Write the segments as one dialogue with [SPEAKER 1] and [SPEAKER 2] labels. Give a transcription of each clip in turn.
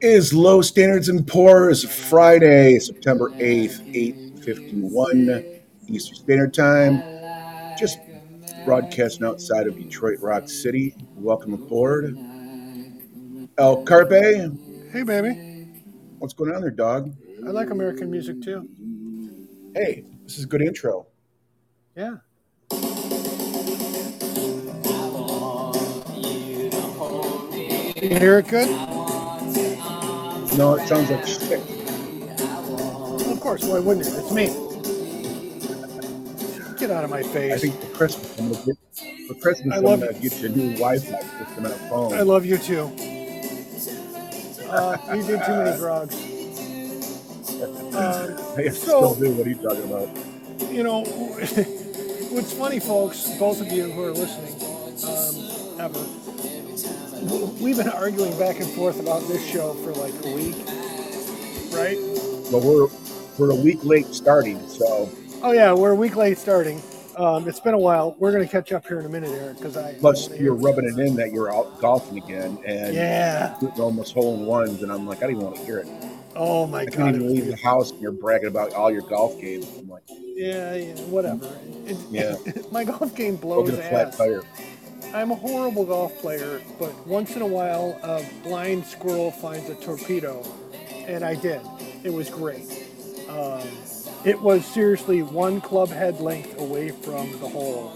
[SPEAKER 1] is Low Standards and Poor's Friday, September 8th, 8.51 Eastern Standard Time. Just broadcasting outside of Detroit Rock City. Welcome aboard. El Carpe,
[SPEAKER 2] Hey, baby.
[SPEAKER 1] what's going on there, dog?
[SPEAKER 2] I like American music too.
[SPEAKER 1] Hey, this is a good intro.
[SPEAKER 2] Yeah. You hear it good?
[SPEAKER 1] No, it sounds like shit.
[SPEAKER 2] Of course. Why wouldn't it? It's me. Get out of my
[SPEAKER 1] I
[SPEAKER 2] face.
[SPEAKER 1] think for Christmas, I'm gonna get, for Christmas,
[SPEAKER 2] I
[SPEAKER 1] I
[SPEAKER 2] love
[SPEAKER 1] am gonna get you a new Wi-Fi system and a phone.
[SPEAKER 2] I love you too. Uh, you did too many drugs. Um,
[SPEAKER 1] I
[SPEAKER 2] so-
[SPEAKER 1] still do. What are you talking about?
[SPEAKER 2] you know, what's funny, folks, both of you who are listening, um, ever, w- we've been arguing back and forth about this show for like a week, right?
[SPEAKER 1] But we're we're a week late starting, so
[SPEAKER 2] Oh yeah, we're a week late starting. Um, it's been a while. We're gonna catch up here in a minute, Eric, because I
[SPEAKER 1] plus you're rubbing it in that you're out golfing again and
[SPEAKER 2] Yeah.
[SPEAKER 1] hitting almost hole in ones, and I'm like, I don't even want to hear it.
[SPEAKER 2] Oh my
[SPEAKER 1] I can't
[SPEAKER 2] god. it
[SPEAKER 1] even
[SPEAKER 2] was
[SPEAKER 1] leave the
[SPEAKER 2] beautiful.
[SPEAKER 1] house, and you're bragging about all your golf games. I'm like,
[SPEAKER 2] Yeah, yeah. Whatever. It-
[SPEAKER 1] yeah,
[SPEAKER 2] my golf game
[SPEAKER 1] go
[SPEAKER 2] blows
[SPEAKER 1] get a flat
[SPEAKER 2] ass.
[SPEAKER 1] tire.
[SPEAKER 2] I'm a horrible golf player, but once in a while, a blind squirrel finds a torpedo, and I did. It was great. Um, it was seriously one club head length away from the hole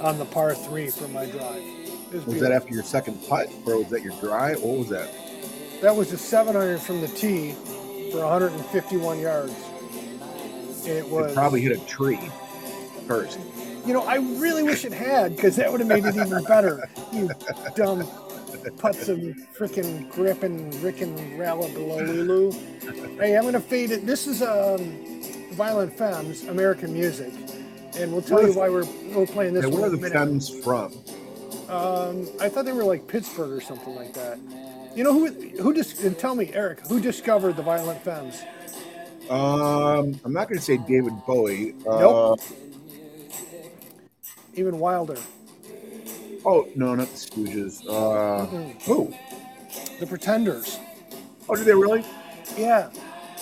[SPEAKER 2] on the par three from my drive. It was
[SPEAKER 1] Was
[SPEAKER 2] beautiful.
[SPEAKER 1] that after your second putt, or was that your drive? What was that?
[SPEAKER 2] That was a seven iron from the tee for 151 yards. It
[SPEAKER 1] It
[SPEAKER 2] was.
[SPEAKER 1] probably hit a tree first.
[SPEAKER 2] You know, I really wish it had because that would have made it even better. You dumb putts of frickin' grip and rickin' rallabaloo. Hey, I'm gonna fade it. This is um, Violent Femmes, American music, and we'll tell you why we're we're playing this
[SPEAKER 1] Now,
[SPEAKER 2] one
[SPEAKER 1] where are
[SPEAKER 2] in
[SPEAKER 1] the
[SPEAKER 2] a minute.
[SPEAKER 1] femmes from?
[SPEAKER 2] Um, I thought they were like Pittsburgh or something like that. You know who who dis- and tell me, Eric, who discovered the Violent Femmes?
[SPEAKER 1] Um, I'm not going to say David Bowie. Uh,
[SPEAKER 2] Nope. Even Wilder,
[SPEAKER 1] Oh no, not the Stooges. Uh,
[SPEAKER 2] Mm-mm.
[SPEAKER 1] who?
[SPEAKER 2] the Pretenders.
[SPEAKER 1] Oh, did they really?
[SPEAKER 2] Yeah,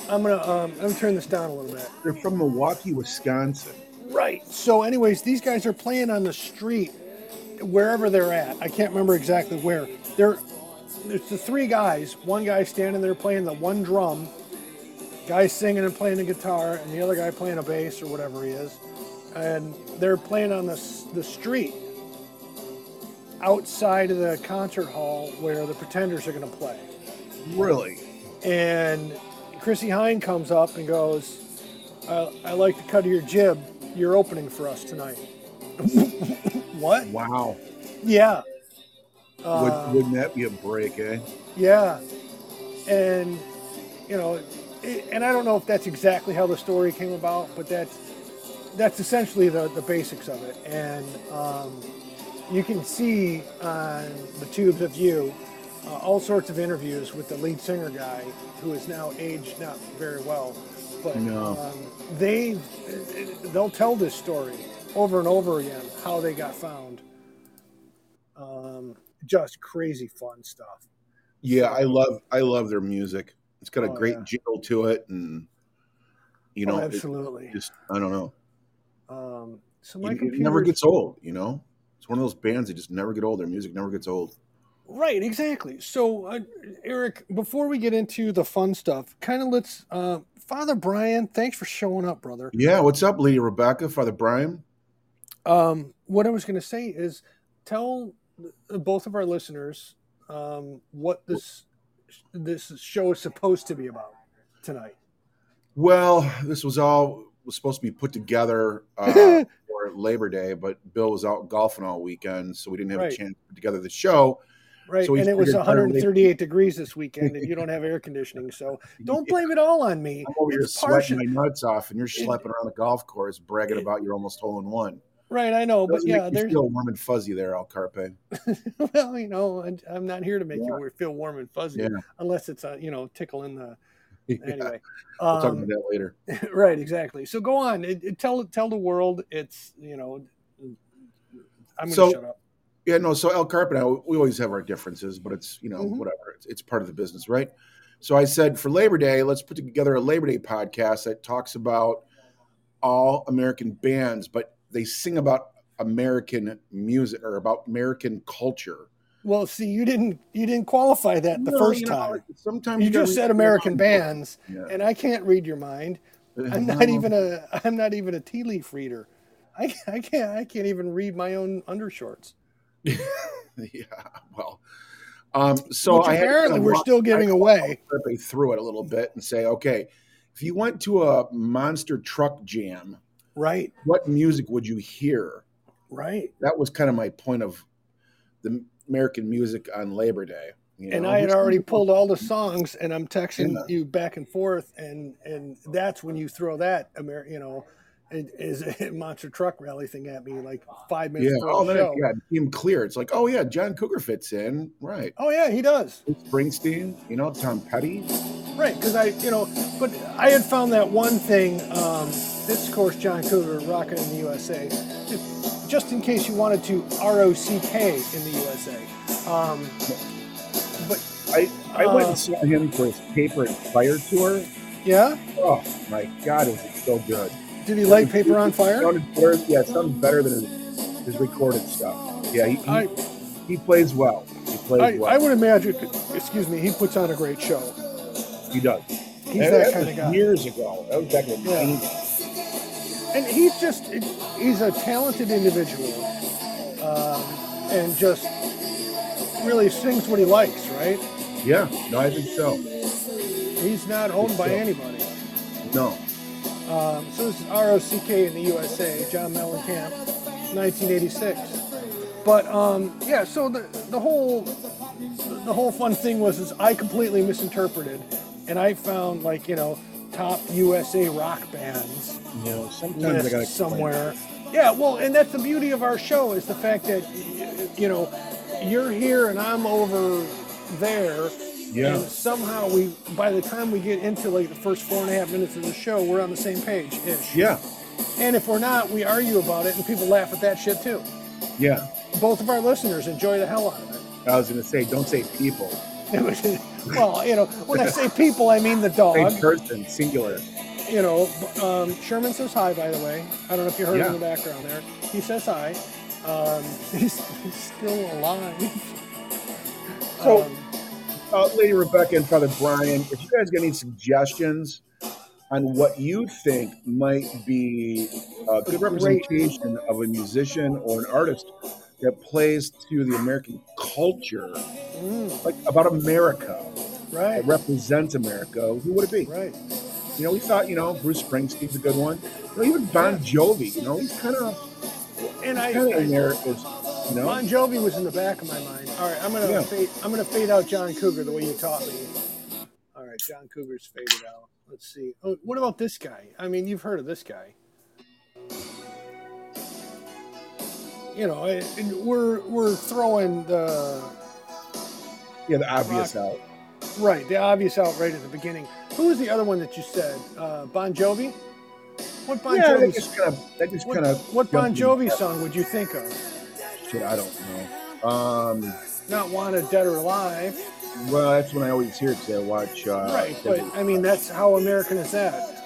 [SPEAKER 2] I'm gonna um, I'm gonna turn this down a little bit.
[SPEAKER 1] They're from Milwaukee, Wisconsin.
[SPEAKER 2] Right. So, anyways, these guys are playing on the street, wherever they're at. I can't remember exactly where. They're it's the three guys. One guy standing there playing the one drum, guy singing and playing the guitar, and the other guy playing a bass or whatever he is. And they're playing on the s- the street outside of the concert hall where the Pretenders are going to play.
[SPEAKER 1] Really?
[SPEAKER 2] And Chrissy Hine comes up and goes, I, I like the cut of your jib. You're opening for us tonight. what?
[SPEAKER 1] Wow.
[SPEAKER 2] Yeah, Uh.
[SPEAKER 1] Would, wouldn't that be a break, eh?
[SPEAKER 2] yeah. And, you know, it, and I don't know if that's exactly how the story came about, but that's that's essentially the, the basics of it. And um, you can see on the tubes of you uh, all sorts of interviews with the lead singer guy, who is now aged not very well, but
[SPEAKER 1] No.
[SPEAKER 2] um, they they'll tell this story over and over again how they got found. Um, just crazy fun stuff.
[SPEAKER 1] Yeah, I love I love their music. It's got a
[SPEAKER 2] Oh,
[SPEAKER 1] great
[SPEAKER 2] yeah.
[SPEAKER 1] jingle to it, and you
[SPEAKER 2] Oh,
[SPEAKER 1] know, it
[SPEAKER 2] absolutely.
[SPEAKER 1] just I don't know.
[SPEAKER 2] Um, so my
[SPEAKER 1] It, it
[SPEAKER 2] computer
[SPEAKER 1] never gets old. You know, it's one of those bands that just never get old. Their music never gets old.
[SPEAKER 2] Right, exactly. So, uh, Eric, before we get into the fun stuff, kind of let's. Uh, Father Brian, thanks for showing up, brother.
[SPEAKER 1] Yeah, what's up, Lady Rebecca, Father Brian?
[SPEAKER 2] Um, what I was going to say is tell th- both of our listeners um, what this this show is supposed to be about tonight.
[SPEAKER 1] Well, this was all was supposed to be put together uh, for Labor Day, but Bill was out golfing all weekend, so we didn't have
[SPEAKER 2] Right.
[SPEAKER 1] a chance to put together the show.
[SPEAKER 2] Right,
[SPEAKER 1] So we
[SPEAKER 2] and it was
[SPEAKER 1] figured better late-
[SPEAKER 2] 138 degrees this weekend, and you don't have air conditioning, so don't blame it all on me.
[SPEAKER 1] I'm over here
[SPEAKER 2] It's
[SPEAKER 1] sweating
[SPEAKER 2] partial,
[SPEAKER 1] my nuts off, and you're
[SPEAKER 2] It-
[SPEAKER 1] schlepping around the golf course, bragging
[SPEAKER 2] it-
[SPEAKER 1] about your almost hole in one.
[SPEAKER 2] right? I know, but
[SPEAKER 1] Doesn't
[SPEAKER 2] yeah,
[SPEAKER 1] make you
[SPEAKER 2] there's
[SPEAKER 1] feel warm and fuzzy there, Al Carpe.
[SPEAKER 2] well, you know, and I'm not here to make you feel warm and fuzzy,
[SPEAKER 1] Yeah.
[SPEAKER 2] unless it's a you know tickle in the
[SPEAKER 1] Yeah,
[SPEAKER 2] anyway.
[SPEAKER 1] we'll talk
[SPEAKER 2] Um,
[SPEAKER 1] about that later.
[SPEAKER 2] right exactly so go on it, it- tell tell the world it's you know i'm gonna
[SPEAKER 1] So-
[SPEAKER 2] shut up
[SPEAKER 1] Yeah, no. So Al Carpe and I, we always have our differences, but it's you know
[SPEAKER 2] Mhm.
[SPEAKER 1] whatever. It's, it's part of the business, right? So I said, for Labor Day, let's put together a Labor Day podcast that talks about all American bands, but they sing about American music or about American culture.
[SPEAKER 2] Well, see, you didn't you didn't qualify that the
[SPEAKER 1] No,
[SPEAKER 2] first
[SPEAKER 1] you know,
[SPEAKER 2] time.
[SPEAKER 1] sometimes
[SPEAKER 2] You
[SPEAKER 1] gotta
[SPEAKER 2] just
[SPEAKER 1] read
[SPEAKER 2] said
[SPEAKER 1] your
[SPEAKER 2] American
[SPEAKER 1] mind.
[SPEAKER 2] bands,
[SPEAKER 1] Yeah.
[SPEAKER 2] and I can't read your mind. I'm not even a I'm not even a tea leaf reader. I, I can't I can't even read my own undershorts.
[SPEAKER 1] yeah. Well, um, so
[SPEAKER 2] which
[SPEAKER 1] I had to
[SPEAKER 2] apparently we're
[SPEAKER 1] walk
[SPEAKER 2] still giving away.
[SPEAKER 1] Pepe through it a little bit and say, okay, if you went to a monster truck jam,
[SPEAKER 2] Right,
[SPEAKER 1] what music would you hear?
[SPEAKER 2] right.
[SPEAKER 1] That was kind of my point of the American music on Labor Day. you
[SPEAKER 2] and
[SPEAKER 1] know?
[SPEAKER 2] I had already pulled all the songs, and I'm texting
[SPEAKER 1] Yeah.
[SPEAKER 2] you back and forth, and and that's when you throw that, Amer- you know, it is a monster truck rally thing at me like five
[SPEAKER 1] Yeah.
[SPEAKER 2] minutes before
[SPEAKER 1] Oh,
[SPEAKER 2] the
[SPEAKER 1] then it,
[SPEAKER 2] show.
[SPEAKER 1] yeah, it became clear. It's like, oh yeah, John Cougar fits in, right?
[SPEAKER 2] Oh yeah, he does.
[SPEAKER 1] Springsteen, you know, Tom Petty.
[SPEAKER 2] Right, because I, you know, but I had found that one thing. Um, this, of course, John Cougar, Rocket in the USA. Just, just in case you wanted to ROCK in the USA. Um, but
[SPEAKER 1] I I went
[SPEAKER 2] Uh,
[SPEAKER 1] and saw him for his Paper and Fire tour.
[SPEAKER 2] yeah,
[SPEAKER 1] Oh my God, it was so good.
[SPEAKER 2] did he light paper on fire?
[SPEAKER 1] Sounded better, yeah, sounded better than his, his recorded stuff. Yeah, he, he,
[SPEAKER 2] I,
[SPEAKER 1] he plays well. He plays
[SPEAKER 2] I,
[SPEAKER 1] well.
[SPEAKER 2] I would imagine. Excuse me, he puts on a great show.
[SPEAKER 1] he does.
[SPEAKER 2] He's
[SPEAKER 1] And
[SPEAKER 2] that
[SPEAKER 1] was
[SPEAKER 2] kind of guy.
[SPEAKER 1] Years ago, that was back in the
[SPEAKER 2] Yeah.
[SPEAKER 1] 90s.
[SPEAKER 2] and he's just he's a talented individual um, and just really sings what he likes right
[SPEAKER 1] Yeah. no, I think so.
[SPEAKER 2] he's not owned by
[SPEAKER 1] Yeah.
[SPEAKER 2] anybody
[SPEAKER 1] No,
[SPEAKER 2] um, so this is rock in the usa john mellencamp 1986 but um, yeah so the, the whole the whole fun thing was is i completely misinterpreted and i found like you know top usa rock bands
[SPEAKER 1] you know, sometimes I
[SPEAKER 2] list
[SPEAKER 1] gotta
[SPEAKER 2] somewhere. Yeah, well, and that's the beauty of our show is the fact that y- you know you're here and I'm over there.
[SPEAKER 1] Yeah.
[SPEAKER 2] And somehow we, by the time we get into like the first four and a half minutes of the show, we're on the same page ish.
[SPEAKER 1] Yeah,
[SPEAKER 2] And if we're not, we argue about it, and people laugh at that shit too.
[SPEAKER 1] yeah.
[SPEAKER 2] Both of our listeners enjoy the hell out of it.
[SPEAKER 1] I was gonna say, don't say people.
[SPEAKER 2] well, you know, when I say people, I mean the dog.
[SPEAKER 1] Say person, singular.
[SPEAKER 2] you know, b- um, Sherman says hi, by the way. I don't know if you heard
[SPEAKER 1] Yeah.
[SPEAKER 2] him in the background there. He says hi. Um, he's, he's still alive.
[SPEAKER 1] So-
[SPEAKER 2] um,
[SPEAKER 1] uh, Lady Rebecca and Father Brian, if you guys got any suggestions on what you think might be a good representation of a musician or an artist that plays to the American culture,
[SPEAKER 2] mm,
[SPEAKER 1] like about America,
[SPEAKER 2] right,
[SPEAKER 1] that represents America, who would it be?
[SPEAKER 2] right.
[SPEAKER 1] You know, we thought, you know, Bruce Springsteen's a good one. You know, even Bon Jovi, you know, he's kind of
[SPEAKER 2] And I,
[SPEAKER 1] kind of in
[SPEAKER 2] I
[SPEAKER 1] there, as, you know.
[SPEAKER 2] Bon Jovi was in the back of my mind. All right, I'm gonna
[SPEAKER 1] Yeah.
[SPEAKER 2] fade, I'm gonna fade out John Cougar the way you taught me. All right, John Cougar's faded out. Let's see. Oh, what about this guy? I mean, you've heard of this guy. You know, and- and we're we're throwing the
[SPEAKER 1] Yeah, the obvious out.
[SPEAKER 2] Right, the obvious out right at the beginning. Who was the other one that you said? Uh, bon Jovi. What Bon
[SPEAKER 1] yeah, that
[SPEAKER 2] Jovi?
[SPEAKER 1] just kind of that just
[SPEAKER 2] what,
[SPEAKER 1] kind of
[SPEAKER 2] what Bon Jovi song would you think of?
[SPEAKER 1] Shit, I don't know. Um,
[SPEAKER 2] Not Wanted, Dead or Alive.
[SPEAKER 1] Well, that's when I always hear because I watch. Uh,
[SPEAKER 2] right, but I mean that's how American is that?
[SPEAKER 1] yeah, what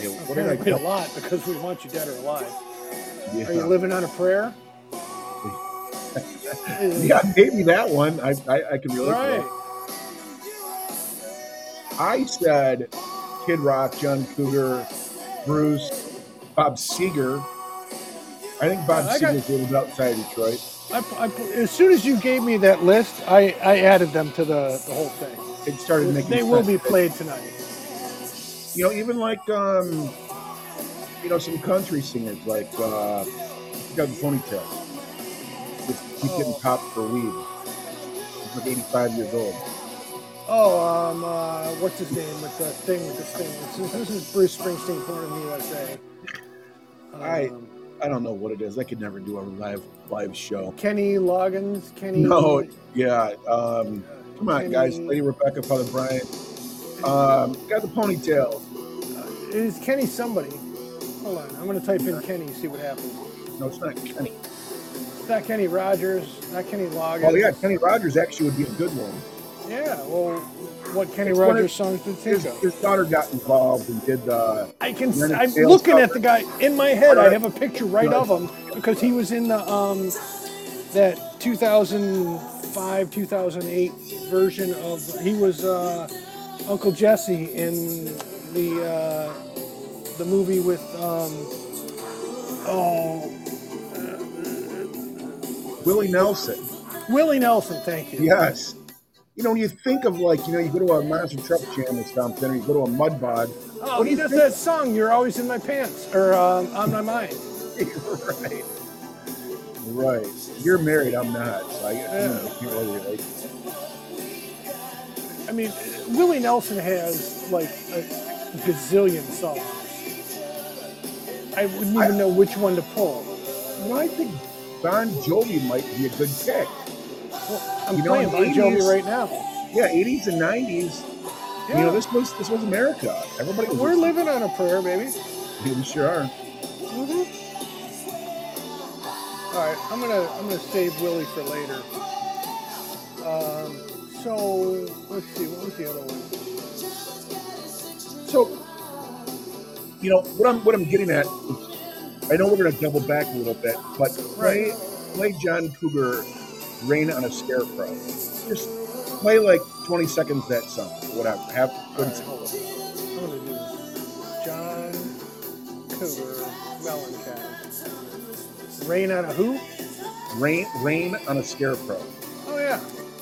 [SPEAKER 1] did I
[SPEAKER 2] Apparently a
[SPEAKER 1] call-
[SPEAKER 2] lot because we want you dead or alive.
[SPEAKER 1] yeah.
[SPEAKER 2] Are you living on a prayer?
[SPEAKER 1] yeah, maybe that one. I, I, I can relate. to
[SPEAKER 2] Right.
[SPEAKER 1] that. I said Kid Rock, John Cougar, Bruce, Bob Seger. I think Bob
[SPEAKER 2] Yeah, I got-
[SPEAKER 1] Seger's a little bit outside Detroit.
[SPEAKER 2] I, I- as soon as you gave me that list, I, I added them to the, the whole thing.
[SPEAKER 1] It started making.
[SPEAKER 2] They will be
[SPEAKER 1] sense.
[SPEAKER 2] played tonight.
[SPEAKER 1] You know, even like um, you know, some country singers like uh, Doug Ponytail. Just keep getting
[SPEAKER 2] Oh.
[SPEAKER 1] popped for weed. He's like 85 years old.
[SPEAKER 2] Oh, um, uh, what's his name with the thing with the thing? This is, this is Bruce Springsteen, born in the USA. Um,
[SPEAKER 1] I- I don't know what it is. I could never do a live live show.
[SPEAKER 2] Kenny Loggins, Kenny.
[SPEAKER 1] No, yeah. Um, come on,
[SPEAKER 2] Kenny-
[SPEAKER 1] guys. Lady Rebecca, Father Brian. Um, got the ponytail.
[SPEAKER 2] Uh, Is Kenny somebody? Hold on, I'm gonna type in Kenny, see what happens.
[SPEAKER 1] No, it's not Kenny.
[SPEAKER 2] It's not Kenny Rogers, not Kenny Loggins.
[SPEAKER 1] Oh yeah, Kenny Rogers actually would be a good one.
[SPEAKER 2] Yeah, well, what Kenny
[SPEAKER 1] It's one of-
[SPEAKER 2] Rogers songs did
[SPEAKER 1] His,
[SPEAKER 2] think of?
[SPEAKER 1] his daughter got involved and did uh, the.
[SPEAKER 2] I can.
[SPEAKER 1] Leonard
[SPEAKER 2] I'm
[SPEAKER 1] Sales
[SPEAKER 2] looking at
[SPEAKER 1] cover.
[SPEAKER 2] the guy in my head. I
[SPEAKER 1] Alright.
[SPEAKER 2] have a picture right of him because he was in the um, that 2005, 2008 version of. He was uh, Uncle Jesse in the uh, the movie with um, oh
[SPEAKER 1] Willie Nelson.
[SPEAKER 2] Willie Nelson. Thank you.
[SPEAKER 1] Yes. You know, when you think of like, you know, you go to a monster truck jam or something, or you go to a mud bod.
[SPEAKER 2] Oh,
[SPEAKER 1] what do
[SPEAKER 2] he
[SPEAKER 1] you
[SPEAKER 2] does
[SPEAKER 1] think-
[SPEAKER 2] that song. You're always in my pants or um, on my mind.
[SPEAKER 1] right. Right. You're married. I'm not. So I, you know, I can't really relate.
[SPEAKER 2] I mean, Willie Nelson has like a gazillion songs. I wouldn't even
[SPEAKER 1] I-
[SPEAKER 2] know which one to pull.
[SPEAKER 1] You know, I think Bon Jovi might be a good pick.
[SPEAKER 2] Well, I'm
[SPEAKER 1] You know, in the
[SPEAKER 2] playing Bon Jovi
[SPEAKER 1] 80s,
[SPEAKER 2] right now.
[SPEAKER 1] Yeah, 80s and 90s.
[SPEAKER 2] Yeah,
[SPEAKER 1] You know, this was this was America. Everybody was
[SPEAKER 2] we're living on a prayer, baby. Mm-hmm.
[SPEAKER 1] Yeah, we sure are.
[SPEAKER 2] All right, I'm gonna I'm gonna save Willie for later. Um, so let's see, what was the other one?
[SPEAKER 1] So, you know what I'm what I'm getting at. Is, I know we're going to double back a little bit, but play play John Cougar, "Rain on a Scarecrow." Just play like 20 seconds that song, or whatever. Have
[SPEAKER 2] All right, hold on. I'm gonna do this. John Cougar Mellencamp. Rain on a who?
[SPEAKER 1] "Rain Rain on a Scarecrow."
[SPEAKER 2] Oh yeah.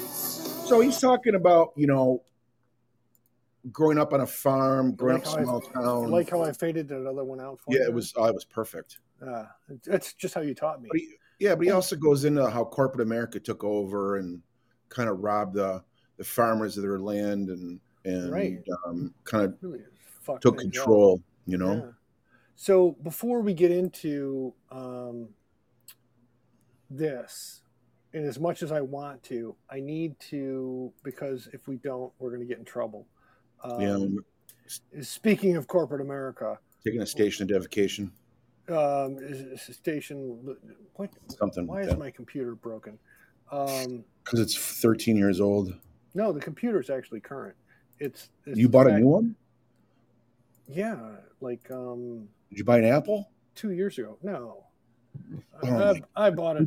[SPEAKER 1] So he's talking about you know growing up on a farm, growing
[SPEAKER 2] Like
[SPEAKER 1] up
[SPEAKER 2] how I-
[SPEAKER 1] small town.
[SPEAKER 2] like how I faded that other one out for
[SPEAKER 1] Um, yeah,
[SPEAKER 2] you?
[SPEAKER 1] it was oh, it was perfect.
[SPEAKER 2] Uh, that's just how you taught me.
[SPEAKER 1] But he, yeah, but he also goes into how corporate America took over and kind of robbed the, the farmers of their land and and
[SPEAKER 2] Right.
[SPEAKER 1] um, kind of
[SPEAKER 2] Really fucked
[SPEAKER 1] took
[SPEAKER 2] things up.
[SPEAKER 1] control. You know,
[SPEAKER 2] Yeah. So before we get into um, this, and as much as I want to, I need to because if we don't, we're going to get in trouble. Um,
[SPEAKER 1] yeah,
[SPEAKER 2] Speaking of corporate America,
[SPEAKER 1] taking a station dedication,
[SPEAKER 2] um, is- is station. What?
[SPEAKER 1] something
[SPEAKER 2] Why
[SPEAKER 1] like
[SPEAKER 2] is
[SPEAKER 1] that,
[SPEAKER 2] my computer broken? Um,
[SPEAKER 1] because it's 13 years old.
[SPEAKER 2] no, the computer's actually current. It's, it's
[SPEAKER 1] You bought
[SPEAKER 2] I-
[SPEAKER 1] a new one?
[SPEAKER 2] Yeah, like um,
[SPEAKER 1] Did you buy an Apple?
[SPEAKER 2] two years ago. No,
[SPEAKER 1] Oh
[SPEAKER 2] I-
[SPEAKER 1] my
[SPEAKER 2] I, I bought a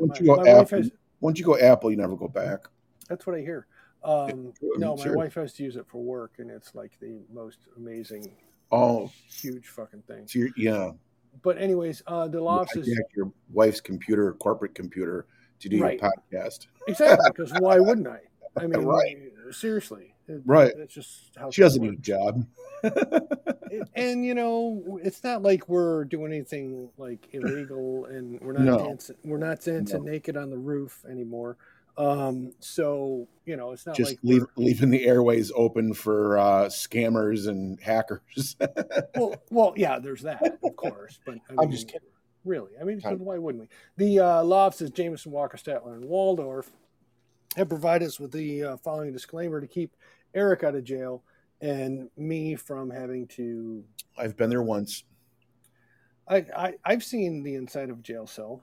[SPEAKER 1] Once you go- once you
[SPEAKER 2] tower. My,
[SPEAKER 1] go
[SPEAKER 2] my wife
[SPEAKER 1] after-
[SPEAKER 2] has.
[SPEAKER 1] Once you go Apple, you never go back.
[SPEAKER 2] That's what I hear. Um,
[SPEAKER 1] true, I
[SPEAKER 2] no,
[SPEAKER 1] mean,
[SPEAKER 2] my
[SPEAKER 1] sure.
[SPEAKER 2] wife has to use it for work, and it's like the most amazing,
[SPEAKER 1] Oh,
[SPEAKER 2] huge fucking thing.
[SPEAKER 1] so you're, yeah.
[SPEAKER 2] But anyways, uh, the
[SPEAKER 1] You
[SPEAKER 2] loss is
[SPEAKER 1] hijacked your wife's computer, corporate computer, to do
[SPEAKER 2] Right.
[SPEAKER 1] your podcast.
[SPEAKER 2] exactly because why wouldn't I? I mean,
[SPEAKER 1] Right.
[SPEAKER 2] seriously, it-
[SPEAKER 1] Right.
[SPEAKER 2] That's just how
[SPEAKER 1] She doesn't
[SPEAKER 2] things
[SPEAKER 1] need a job.
[SPEAKER 2] work. And you know, it's not like we're doing anything like illegal, and we're not
[SPEAKER 1] No.
[SPEAKER 2] dancing, we're not dancing naked on the roof anymore. Um, so you know, it's not
[SPEAKER 1] just
[SPEAKER 2] like we're-
[SPEAKER 1] leave, leaving the airways open for uh, scammers and hackers.
[SPEAKER 2] well, well, yeah, there's that, of course. But I mean,
[SPEAKER 1] I'm just
[SPEAKER 2] kidding. Really, I mean,
[SPEAKER 1] Kind
[SPEAKER 2] why wouldn't we? The uh, law says Jameson Walker, Statler, and Waldorf have provided us with the uh, following disclaimer to keep Eric out of jail and me from having to.
[SPEAKER 1] I've been there once.
[SPEAKER 2] I, I I've seen the inside of a jail cell.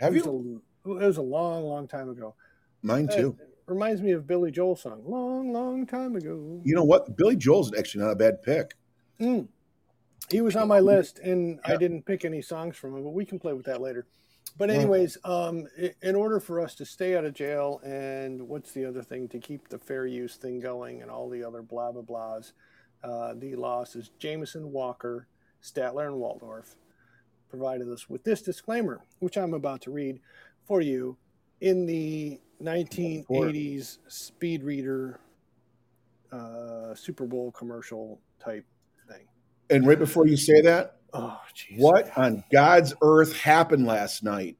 [SPEAKER 1] Have
[SPEAKER 2] it was
[SPEAKER 1] you?
[SPEAKER 2] A, it was a long, long time ago.
[SPEAKER 1] Mine too.
[SPEAKER 2] Reminds me of Billy Joel song, long, long time ago.
[SPEAKER 1] You know what? Billy Joel's actually not a bad pick.
[SPEAKER 2] Mm. He was on my list, and I
[SPEAKER 1] Yeah.
[SPEAKER 2] didn't pick any songs from him, but we can play with that later. But
[SPEAKER 1] Right.
[SPEAKER 2] anyways, um, i- in order for us to stay out of jail, and what's the other thing to keep the fair use thing going, and all the other blah blah blahs, uh, the loss is Jameson Walker, Statler, and Waldorf provided us with this disclaimer, which I'm about to read for you in the 1980s speed reader uh, Super Bowl commercial type thing.
[SPEAKER 1] And right before you say that,
[SPEAKER 2] Oh, jeez.
[SPEAKER 1] what on God's earth happened last night?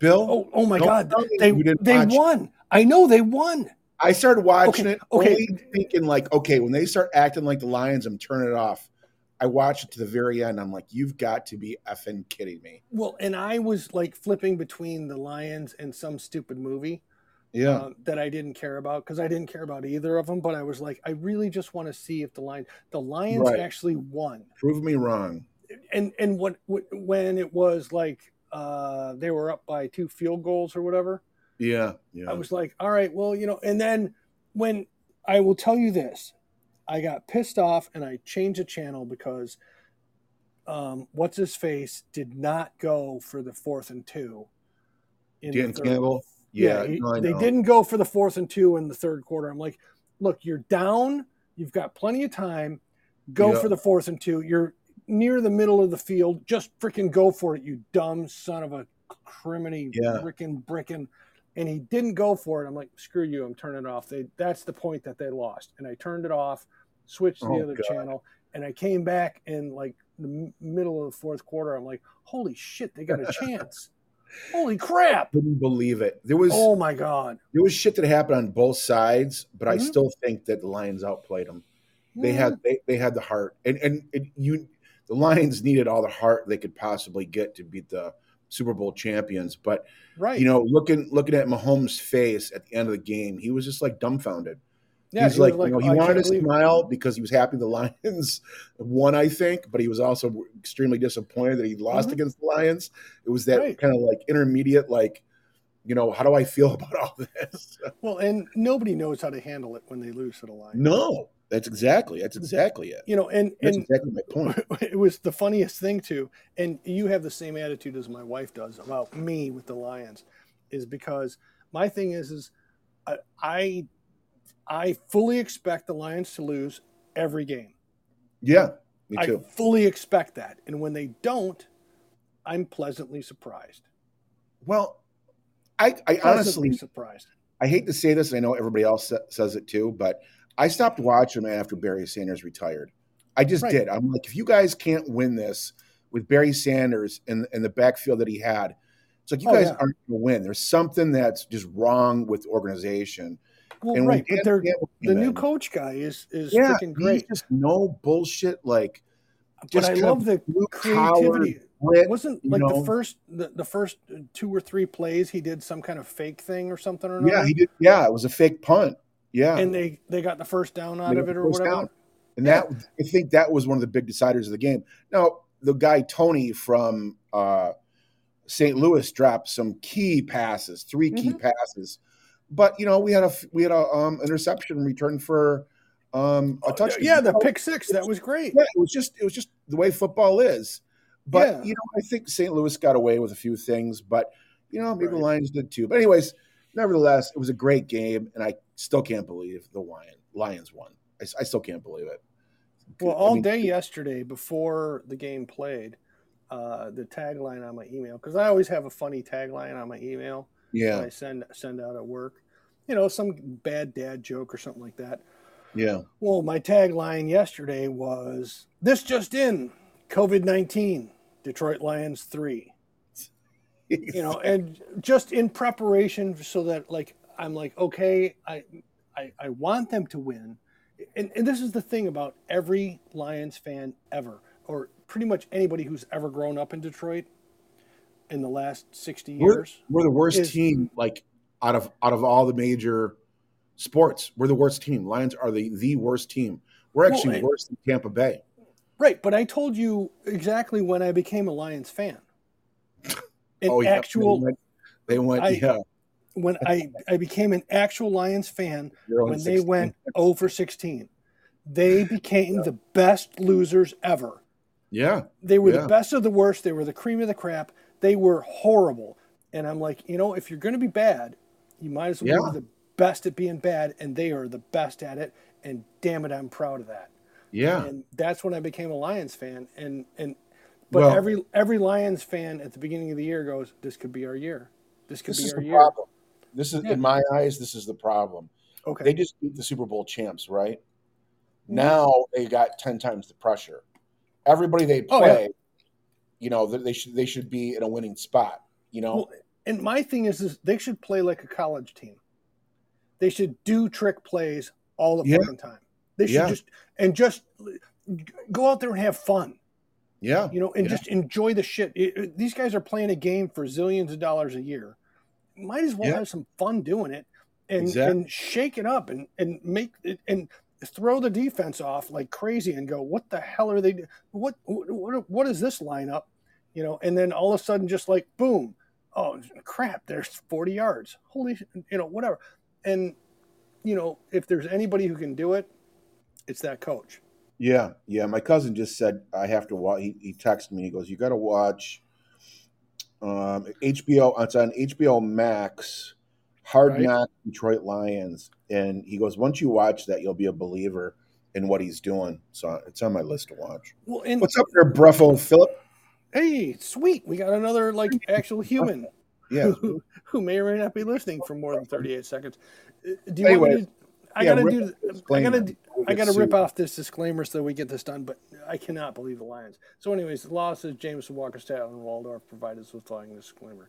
[SPEAKER 1] Bill?
[SPEAKER 2] Oh, oh my
[SPEAKER 1] Don't
[SPEAKER 2] God!
[SPEAKER 1] tell me
[SPEAKER 2] They
[SPEAKER 1] you didn't
[SPEAKER 2] they
[SPEAKER 1] watch.
[SPEAKER 2] won. I know they won.
[SPEAKER 1] I started watching
[SPEAKER 2] Okay,
[SPEAKER 1] it
[SPEAKER 2] okay.
[SPEAKER 1] only thinking like, okay, when they start acting like the Lions, I'm turning it off. I watch it to the very end. I'm like, you've got to be effing kidding me.
[SPEAKER 2] Well, and I was like flipping between the Lions and some stupid movie
[SPEAKER 1] Yeah.
[SPEAKER 2] um, that I didn't care about because I didn't care about either of them. But I was like, I really just want to see if the lion the Lions
[SPEAKER 1] Right.
[SPEAKER 2] actually won.
[SPEAKER 1] Prove me wrong.
[SPEAKER 2] And and what when it was like uh, they were up by two field goals or whatever,
[SPEAKER 1] Yeah. Yeah.
[SPEAKER 2] I was like, all right, well, you know, and then when I will tell you this, I got pissed off and I changed the channel because um, what's his face did not go for the fourth and two. in the
[SPEAKER 1] Dan
[SPEAKER 2] third-
[SPEAKER 1] Campbell.
[SPEAKER 2] Yeah,
[SPEAKER 1] Yeah.
[SPEAKER 2] he-
[SPEAKER 1] no, I
[SPEAKER 2] they
[SPEAKER 1] know.
[SPEAKER 2] didn't go for the fourth and two in the third quarter. I'm like, look, you're down. You've got plenty of time. Go
[SPEAKER 1] Yeah.
[SPEAKER 2] for the fourth and two. You're near the middle of the field. Just freaking go for it, you dumb son of a criminy
[SPEAKER 1] Yeah.
[SPEAKER 2] frickin' brickin'. And he didn't go for it. I'm like, screw you. I'm turning it off. They that's the point that they lost. And I turned it off, switched to the
[SPEAKER 1] Oh,
[SPEAKER 2] other
[SPEAKER 1] God.
[SPEAKER 2] channel, and I came back in like the m- middle of the fourth quarter. I'm like, holy shit, they got a chance. Holy crap.
[SPEAKER 1] Couldn't believe it. There was
[SPEAKER 2] Oh my god.
[SPEAKER 1] there was shit that happened on both sides, but I
[SPEAKER 2] Mhm.
[SPEAKER 1] still think that the Lions outplayed them. They
[SPEAKER 2] Mm,
[SPEAKER 1] had they, they had the heart, and and it, you the Lions needed all the heart they could possibly get to beat the Super Bowl champions. But
[SPEAKER 2] right.
[SPEAKER 1] you know, looking looking at Mahomes' face at the end of the game, he was just like dumbfounded.
[SPEAKER 2] yeah,
[SPEAKER 1] he's
[SPEAKER 2] he
[SPEAKER 1] like,
[SPEAKER 2] was
[SPEAKER 1] you know, he
[SPEAKER 2] "I
[SPEAKER 1] wanted
[SPEAKER 2] can't
[SPEAKER 1] to
[SPEAKER 2] believe it."
[SPEAKER 1] smile because he was happy the Lions won, I think, but he was also extremely disappointed that he lost
[SPEAKER 2] Mhm.
[SPEAKER 1] against the Lions. It was that
[SPEAKER 2] Right.
[SPEAKER 1] kind of like intermediate, like, you know, how do I feel about all this?
[SPEAKER 2] Well, and nobody knows how to handle it when they lose to the Lions.
[SPEAKER 1] no, that's exactly that's exactly it.
[SPEAKER 2] You know, and
[SPEAKER 1] That's
[SPEAKER 2] Mm-hmm. and
[SPEAKER 1] exactly my point.
[SPEAKER 2] it was the funniest thing too. And you have the same attitude as my wife does about me with the Lions, is because my thing is is I I, I fully expect the Lions to lose every game.
[SPEAKER 1] Yeah, me
[SPEAKER 2] I
[SPEAKER 1] too.
[SPEAKER 2] fully expect that, and when they don't, I'm pleasantly surprised.
[SPEAKER 1] well, I, I
[SPEAKER 2] Pleasantly
[SPEAKER 1] honestly
[SPEAKER 2] surprised.
[SPEAKER 1] I hate to say this, and I know everybody else sa- says it too, but I stopped watching them after Barry Sanders retired. I just
[SPEAKER 2] Right.
[SPEAKER 1] did. I'm like, if you guys can't win this with Barry Sanders and and the backfield that he had, it's like you
[SPEAKER 2] Oh,
[SPEAKER 1] guys
[SPEAKER 2] yeah.
[SPEAKER 1] aren't going to win. There's something that's just wrong with the organization.
[SPEAKER 2] Well,
[SPEAKER 1] and when
[SPEAKER 2] right,
[SPEAKER 1] Dan
[SPEAKER 2] but they're
[SPEAKER 1] Campbell
[SPEAKER 2] the
[SPEAKER 1] came
[SPEAKER 2] new
[SPEAKER 1] in,
[SPEAKER 2] coach guy is is
[SPEAKER 1] yeah,
[SPEAKER 2] freaking
[SPEAKER 1] he's
[SPEAKER 2] great.
[SPEAKER 1] just no bullshit. Like,
[SPEAKER 2] But
[SPEAKER 1] just
[SPEAKER 2] I
[SPEAKER 1] kind
[SPEAKER 2] love
[SPEAKER 1] of
[SPEAKER 2] the
[SPEAKER 1] blue
[SPEAKER 2] creativity.
[SPEAKER 1] grit.
[SPEAKER 2] Wasn't
[SPEAKER 1] you
[SPEAKER 2] like
[SPEAKER 1] know?
[SPEAKER 2] the first the, the first two or three plays he did some kind of fake thing or something or
[SPEAKER 1] Yeah,
[SPEAKER 2] another,
[SPEAKER 1] he did. Yeah, it was a fake punt. Yeah,
[SPEAKER 2] and they they got the first down out
[SPEAKER 1] They
[SPEAKER 2] of
[SPEAKER 1] got
[SPEAKER 2] it
[SPEAKER 1] the
[SPEAKER 2] or
[SPEAKER 1] first
[SPEAKER 2] whatever.
[SPEAKER 1] down. And that I think that was one of the big deciders of the game. Now the guy Tony from uh, St. Louis dropped some key passes, 3 key
[SPEAKER 2] Mm-hmm.
[SPEAKER 1] passes, but you know we had a we had a um, interception return for um, a touchdown.
[SPEAKER 2] Oh, Yeah, the pick six that was great.
[SPEAKER 1] Yeah, it was just it was just the way football is. But
[SPEAKER 2] Yeah.
[SPEAKER 1] you know, I think St. Louis got away with a few things, but you know, maybe the
[SPEAKER 2] Right.
[SPEAKER 1] Lions did too. But anyways, nevertheless, it was a great game, and I still can't believe the Lion, Lions won. I, s- I still can't believe it.
[SPEAKER 2] Well,
[SPEAKER 1] I
[SPEAKER 2] all
[SPEAKER 1] mean,
[SPEAKER 2] day yesterday before the game played, uh, the tagline on my email because I always have a funny tagline on my email. that
[SPEAKER 1] Yeah,
[SPEAKER 2] I send send out at work. You know, some bad dad joke or something like that.
[SPEAKER 1] yeah.
[SPEAKER 2] Well, my tagline yesterday was this just in COVID 19, Detroit Lions 3. You know, and just in preparation so that, like, I'm like, okay, I, I, I want them to win. And, and this is the thing about every Lions fan ever, or pretty much anybody who's ever grown up in Detroit in the last 60
[SPEAKER 1] We're-
[SPEAKER 2] years.
[SPEAKER 1] we're the worst
[SPEAKER 2] Is-
[SPEAKER 1] team, like out of out of all the major sports. We're the worst team. Lions are the the worst team. We're
[SPEAKER 2] Well,
[SPEAKER 1] actually
[SPEAKER 2] and-
[SPEAKER 1] worse than Tampa Bay.
[SPEAKER 2] Right, but I told you exactly when I became a Lions fan. An
[SPEAKER 1] Oh, yeah.
[SPEAKER 2] actual
[SPEAKER 1] They went. They went
[SPEAKER 2] I-
[SPEAKER 1] yeah.
[SPEAKER 2] when I I became an actual Lions fan
[SPEAKER 1] you're on
[SPEAKER 2] when
[SPEAKER 1] 16.
[SPEAKER 2] they went 0 for 16. They became the best losers ever.
[SPEAKER 1] Yeah.
[SPEAKER 2] They were
[SPEAKER 1] Yeah.
[SPEAKER 2] the best of the worst. They were the cream of the crap. They were horrible. And I'm like, you know, if you're going to be bad, you might as well
[SPEAKER 1] Yeah.
[SPEAKER 2] be the best at being bad. And they are the best at it. And damn it, I'm proud of that.
[SPEAKER 1] Yeah.
[SPEAKER 2] and that's when I became a Lions fan. And and but
[SPEAKER 1] Well-
[SPEAKER 2] every every Lions fan at the beginning of the year goes, "This could be our year. This could
[SPEAKER 1] This
[SPEAKER 2] be
[SPEAKER 1] is
[SPEAKER 2] our
[SPEAKER 1] the
[SPEAKER 2] year."
[SPEAKER 1] problem. This is,
[SPEAKER 2] Yeah.
[SPEAKER 1] in my eyes, this is the problem.
[SPEAKER 2] Okay, Mm-hmm.
[SPEAKER 1] They just beat the Super Bowl champs, right? Now they got ten times the pressure. Everybody they play,
[SPEAKER 2] Oh, yeah.
[SPEAKER 1] you know, they- they should they should be in a winning spot. You know,
[SPEAKER 2] Well, and my thing is, is they should play like a college team. They should do trick plays all the
[SPEAKER 1] Yeah.
[SPEAKER 2] fucking time. They should
[SPEAKER 1] Yeah.
[SPEAKER 2] just and just go out there and have fun,
[SPEAKER 1] yeah,
[SPEAKER 2] you know, and
[SPEAKER 1] Yeah.
[SPEAKER 2] just enjoy the shit. It- it- these guys are playing a game for zillions of dollars a year. Might as well
[SPEAKER 1] Yeah.
[SPEAKER 2] have some fun doing it and
[SPEAKER 1] Exact-
[SPEAKER 2] and shake it up and and make it and throw the defense off like crazy and go, what the hell are they? do- What what what is this lineup? You know, and then all of a sudden, just like boom, oh crap, there's 40 yards. Holy, sh- you know, whatever. And you know, if there's anybody who can do it, it's that coach.
[SPEAKER 1] Yeah, yeah. My cousin just said I have to watch. He, he texted me. He goes, "You got to watch um, HBO. It's on HBO Max. Hard
[SPEAKER 2] Right.
[SPEAKER 1] Knock Detroit Lions." And he goes, "Once you watch that, you'll be a believer in what he's doing." So it's on my list to watch.
[SPEAKER 2] Well, and
[SPEAKER 1] What's up there, Bruffo Philip?
[SPEAKER 2] hey, sweet, we got another like actual human
[SPEAKER 1] Yeah,
[SPEAKER 2] who, who may or may not be listening for more than 38 seconds. Uh, Do you want
[SPEAKER 1] Anyway,
[SPEAKER 2] me to, I
[SPEAKER 1] yeah,
[SPEAKER 2] gotta
[SPEAKER 1] rip
[SPEAKER 2] do. I
[SPEAKER 1] disclaimer.
[SPEAKER 2] gotta. do- I
[SPEAKER 1] Get
[SPEAKER 2] gotta rip
[SPEAKER 1] sued.
[SPEAKER 2] off this disclaimer so we get this done. But I cannot believe the Lions. So, anyways, the law says James Walker, Statler, and Waldorf provide us with following disclaimer.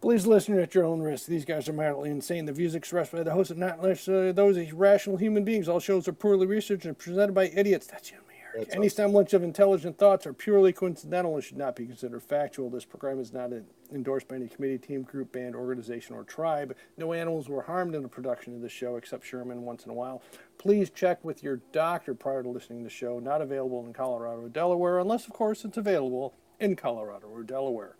[SPEAKER 2] Please listen at your own risk. These guys are madly insane. The views expressed by the host are not necessarily those of rational human beings. All shows are poorly researched and presented by idiots. That's you, Mayor.
[SPEAKER 1] That's
[SPEAKER 2] Any semblance of intelligent thoughts are purely coincidental and should not be considered factual. This program is not en- endorsed by any committee, team, group, band, organization, or tribe. No animals were harmed in the production of the show except Sherman once in a while. Please check with your doctor prior to listening to the show. Not available in Colorado or Delaware, unless, of course, it's available in Colorado or Delaware.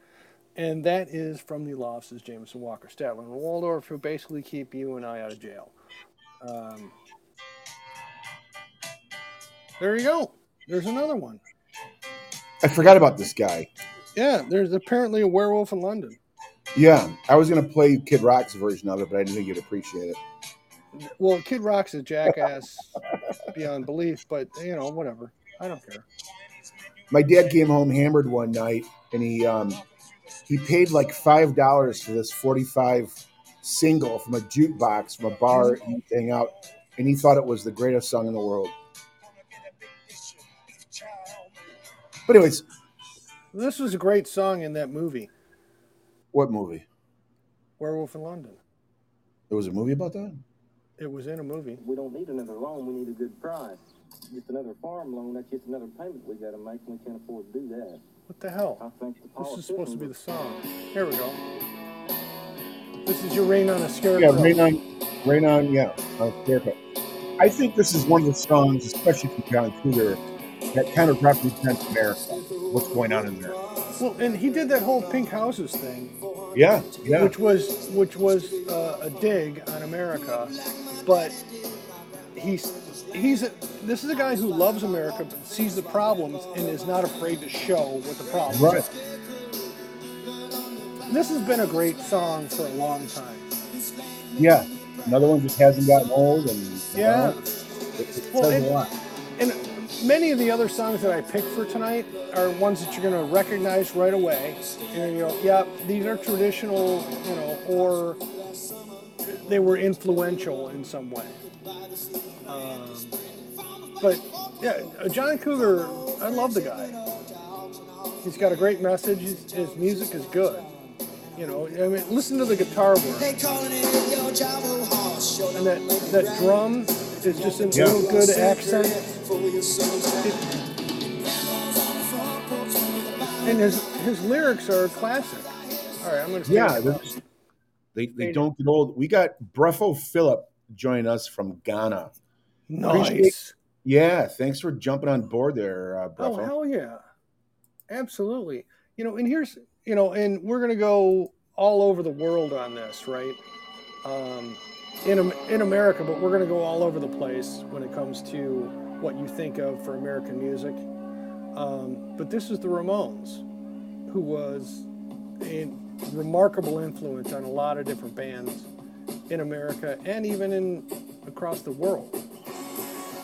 [SPEAKER 2] And that is from the law offices Jameson Walker, Statler, and Waldorf, who basically keep you and I out of jail. Um, there you go. There's another one.
[SPEAKER 1] I forgot about this guy.
[SPEAKER 2] Yeah, there's apparently a werewolf in London.
[SPEAKER 1] Yeah, I was gonna play Kid Rock's version of it, but I didn't think you'd appreciate it.
[SPEAKER 2] Well, Kid Rock's a jackass beyond belief, but you know, whatever. I don't care.
[SPEAKER 1] My dad came home hammered one night, and he um, he paid like five dollars for this forty-five single from a jukebox from a bar he used to hang out, and he thought it was the greatest song in the world. But anyways,
[SPEAKER 2] This was a great song in that movie,
[SPEAKER 1] what movie?
[SPEAKER 2] Werewolf in London.
[SPEAKER 1] There was a movie about that.
[SPEAKER 2] It was in a movie.
[SPEAKER 3] We don't need another loan, we need a good price. Just another farm loan, that's just another payment we gotta make, and we can't afford to do that.
[SPEAKER 2] What the hell?
[SPEAKER 3] I think the
[SPEAKER 2] This is
[SPEAKER 3] politicians...
[SPEAKER 2] supposed to be the song. Here we go. This is your rain on a scarecrow.
[SPEAKER 1] Yeah, rain on, rain on, yeah, on Scarecrow. Oh, I think this is one of the songs, especially from John Cougar, that kind of represents America. What's going on in there?
[SPEAKER 2] Well, and he did that whole pink houses thing,
[SPEAKER 1] Yeah, yeah.
[SPEAKER 2] which was which was uh, a dig on America, but he's he's a, this is a guy who loves America, but sees the problems and is not afraid to show what the problems.
[SPEAKER 1] Right.
[SPEAKER 2] Are. This has been a great song for a long time.
[SPEAKER 1] Yeah. Another one just hasn't gotten old and you know,
[SPEAKER 2] Yeah.
[SPEAKER 1] it, it
[SPEAKER 2] Well,
[SPEAKER 1] says
[SPEAKER 2] it-
[SPEAKER 1] a lot.
[SPEAKER 2] And many of the other songs that I picked for tonight are ones that you're going to recognize right away. And you go, yeah, these are traditional, you know, or they were influential in some way. Um, but yeah, uh, John Cougar, I love the guy. He's got a great message. His, his music is good. You know, I mean, listen to the guitar work.
[SPEAKER 4] They calling it your job of horse show.
[SPEAKER 2] And that, that drum is just a
[SPEAKER 1] Yeah.
[SPEAKER 2] little good accent. And his his lyrics are classic. All right, I'm gonna.
[SPEAKER 1] Yeah. they're just- They, they don't get old. We got Bruffo Phillip joining us from Ghana.
[SPEAKER 2] nice.
[SPEAKER 1] Yeah. Thanks for jumping on board there, uh,
[SPEAKER 2] Oh
[SPEAKER 1] Bruffo.
[SPEAKER 2] hell yeah, absolutely. You know, and here's you know, and we're gonna go all over the world on this, right? Um, in Am- in America, but we're gonna go all over the place when it comes to what you think of for American music. Um, but this is the Ramones, who was a remarkable influence on a lot of different bands in America and even in across the world.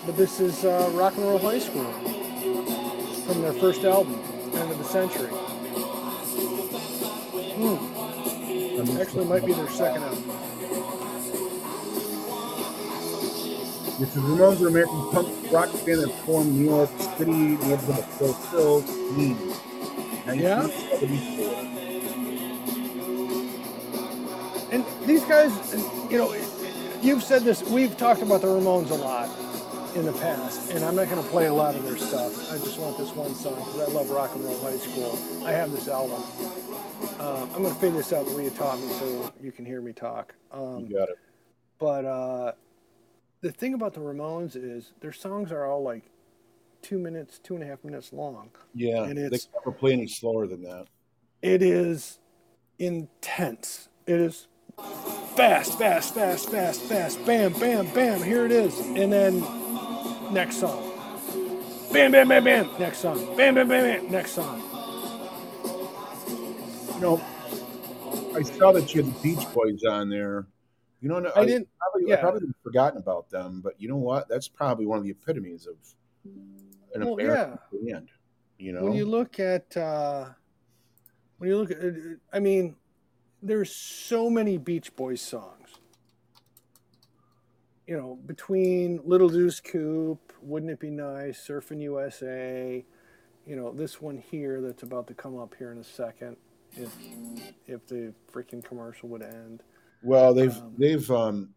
[SPEAKER 2] But this is uh, Rock and Roll High School from their first album, End of the Century. Hmm. Actually, might be their second album.
[SPEAKER 1] This is Ramones, an American punk rock band that formed New York City, neighborhood of Fulfill, Queens.
[SPEAKER 2] Yeah?
[SPEAKER 1] 1974.
[SPEAKER 2] And these guys, you know, you've said this. We've talked about the Ramones a lot in the past, and I'm not going to play a lot of their stuff. I just want this one song because I love rock and roll high school. I have this album. Uh, I'm going to figure this out the way you taught me, so you can hear me talk. Um,
[SPEAKER 1] You got it.
[SPEAKER 2] But uh, the thing about the Ramones is their songs are all like two minutes, two and a half minutes long.
[SPEAKER 1] Yeah.
[SPEAKER 2] And
[SPEAKER 1] They
[SPEAKER 2] it's-
[SPEAKER 1] never play any slower than that.
[SPEAKER 2] It is intense. It is fast, fast, fast, fast, fast. Bam, bam, bam. Here it is. And then next song. Bam, bam, bam, bam. Next song. Bam, bam, bam, bam. Next song. You know,
[SPEAKER 1] I saw that you had the Beach Boys on there. You know,
[SPEAKER 2] I didn't-
[SPEAKER 1] Probably, I
[SPEAKER 2] yeah.
[SPEAKER 1] probably had forgotten about them, but you know what? That's probably one of the epitomes of an
[SPEAKER 2] Well,
[SPEAKER 1] American band. You know,
[SPEAKER 2] when you look at uh, when you look at i mean there's so many beach boys songs you know between little deuce coupe wouldn't it be nice surfing usa you know this one here that's about to come up here in a second if if the freaking commercial would end
[SPEAKER 1] well, they've
[SPEAKER 2] um,
[SPEAKER 1] they've um,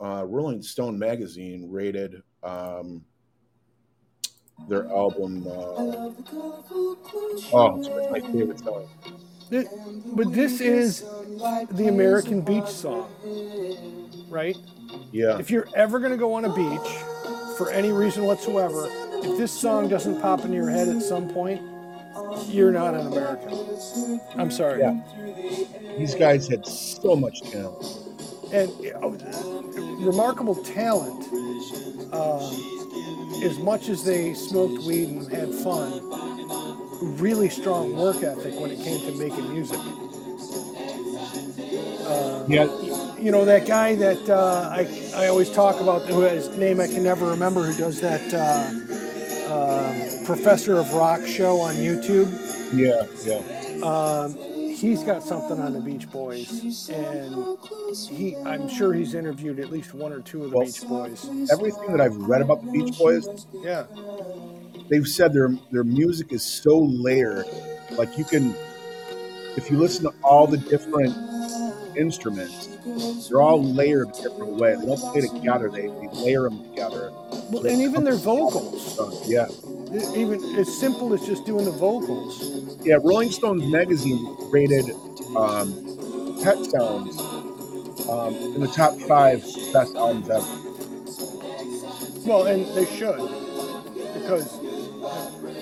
[SPEAKER 1] uh, Rolling Stone magazine rated um, their album. Uh, oh, it's my favorite song.
[SPEAKER 2] Thi- but this is the american beach song right
[SPEAKER 1] Yeah,
[SPEAKER 2] If you're ever going to go on a beach for any reason whatsoever, if this song doesn't pop into your head at some point, you're not an American. I'm sorry.
[SPEAKER 1] Yeah. these guys had so much talent.
[SPEAKER 2] And uh, remarkable talent. Um, as much as they smoked weed and had fun, really strong work ethic when it came to making music. Uh,
[SPEAKER 1] Yeah,
[SPEAKER 2] you know that guy that uh, I I always talk about who his name I can never remember who does that uh, um, Professor of Rock show on YouTube.
[SPEAKER 1] yeah, yeah.
[SPEAKER 2] Um, he's got something on the Beach Boys, and he I'm sure he's interviewed at least one or two of the
[SPEAKER 1] Well-
[SPEAKER 2] Beach Boys.
[SPEAKER 1] Everything that I've read about the Beach Boys
[SPEAKER 2] Yeah,
[SPEAKER 1] they've said their their music is so layered. Like you can, if you listen to all the different instruments, they're all layered a different way. They don't play together; they, they layer them together.
[SPEAKER 2] well, and even their vocals, E-,
[SPEAKER 1] So, yeah,
[SPEAKER 2] even as simple as just doing the vocals.
[SPEAKER 1] yeah. Rolling Stones magazine rated um, Pet Sounds um, in the top five best albums ever.
[SPEAKER 2] Well, and they should because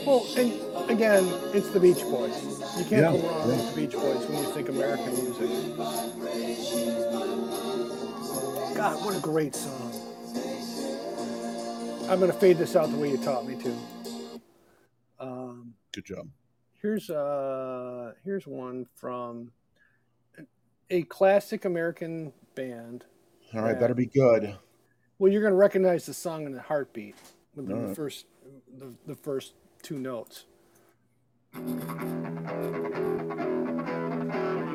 [SPEAKER 2] well, and again, it's the Beach Boys. You can't
[SPEAKER 1] Yeah,
[SPEAKER 2] go wrong
[SPEAKER 1] yeah.
[SPEAKER 2] with the Beach Boys when you think American music. God, what a great song! I'm gonna fade this out the way you taught me to. Um,
[SPEAKER 1] Good job.
[SPEAKER 2] here's uh here's one from a classic American band.
[SPEAKER 1] All right,
[SPEAKER 2] Yeah.
[SPEAKER 1] better be good.
[SPEAKER 2] Well, you're gonna recognize the song in a heartbeat with the
[SPEAKER 1] Alright.
[SPEAKER 2] first the, the first two notes.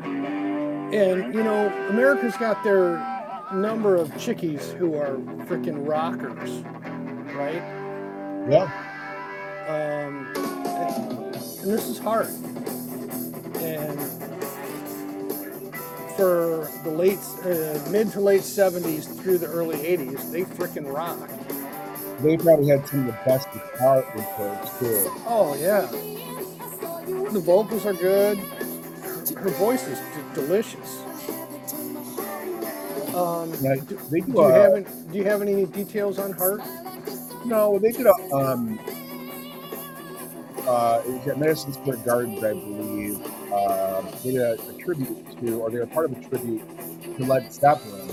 [SPEAKER 2] And you know, America's got their number of chickies who are freaking rockers, right?
[SPEAKER 1] Yeah,
[SPEAKER 2] Um, and, and this is hard. And for the late, uh, mid to late 70s through the early 80s, they freaking rock.
[SPEAKER 1] they probably had some of the best guitar intros too.
[SPEAKER 2] Oh, yeah. The vocals are good. Her, her voice is d- delicious. Um,
[SPEAKER 1] Now,
[SPEAKER 2] do,
[SPEAKER 1] they
[SPEAKER 2] do
[SPEAKER 1] do,
[SPEAKER 2] you
[SPEAKER 1] uh,
[SPEAKER 2] have any, do you have any details on Heart?
[SPEAKER 1] No, they did a um uh it was at Madison Square Gardens, I believe. Uh, they did a, a tribute to or they were part of a tribute to Led Zeppelin.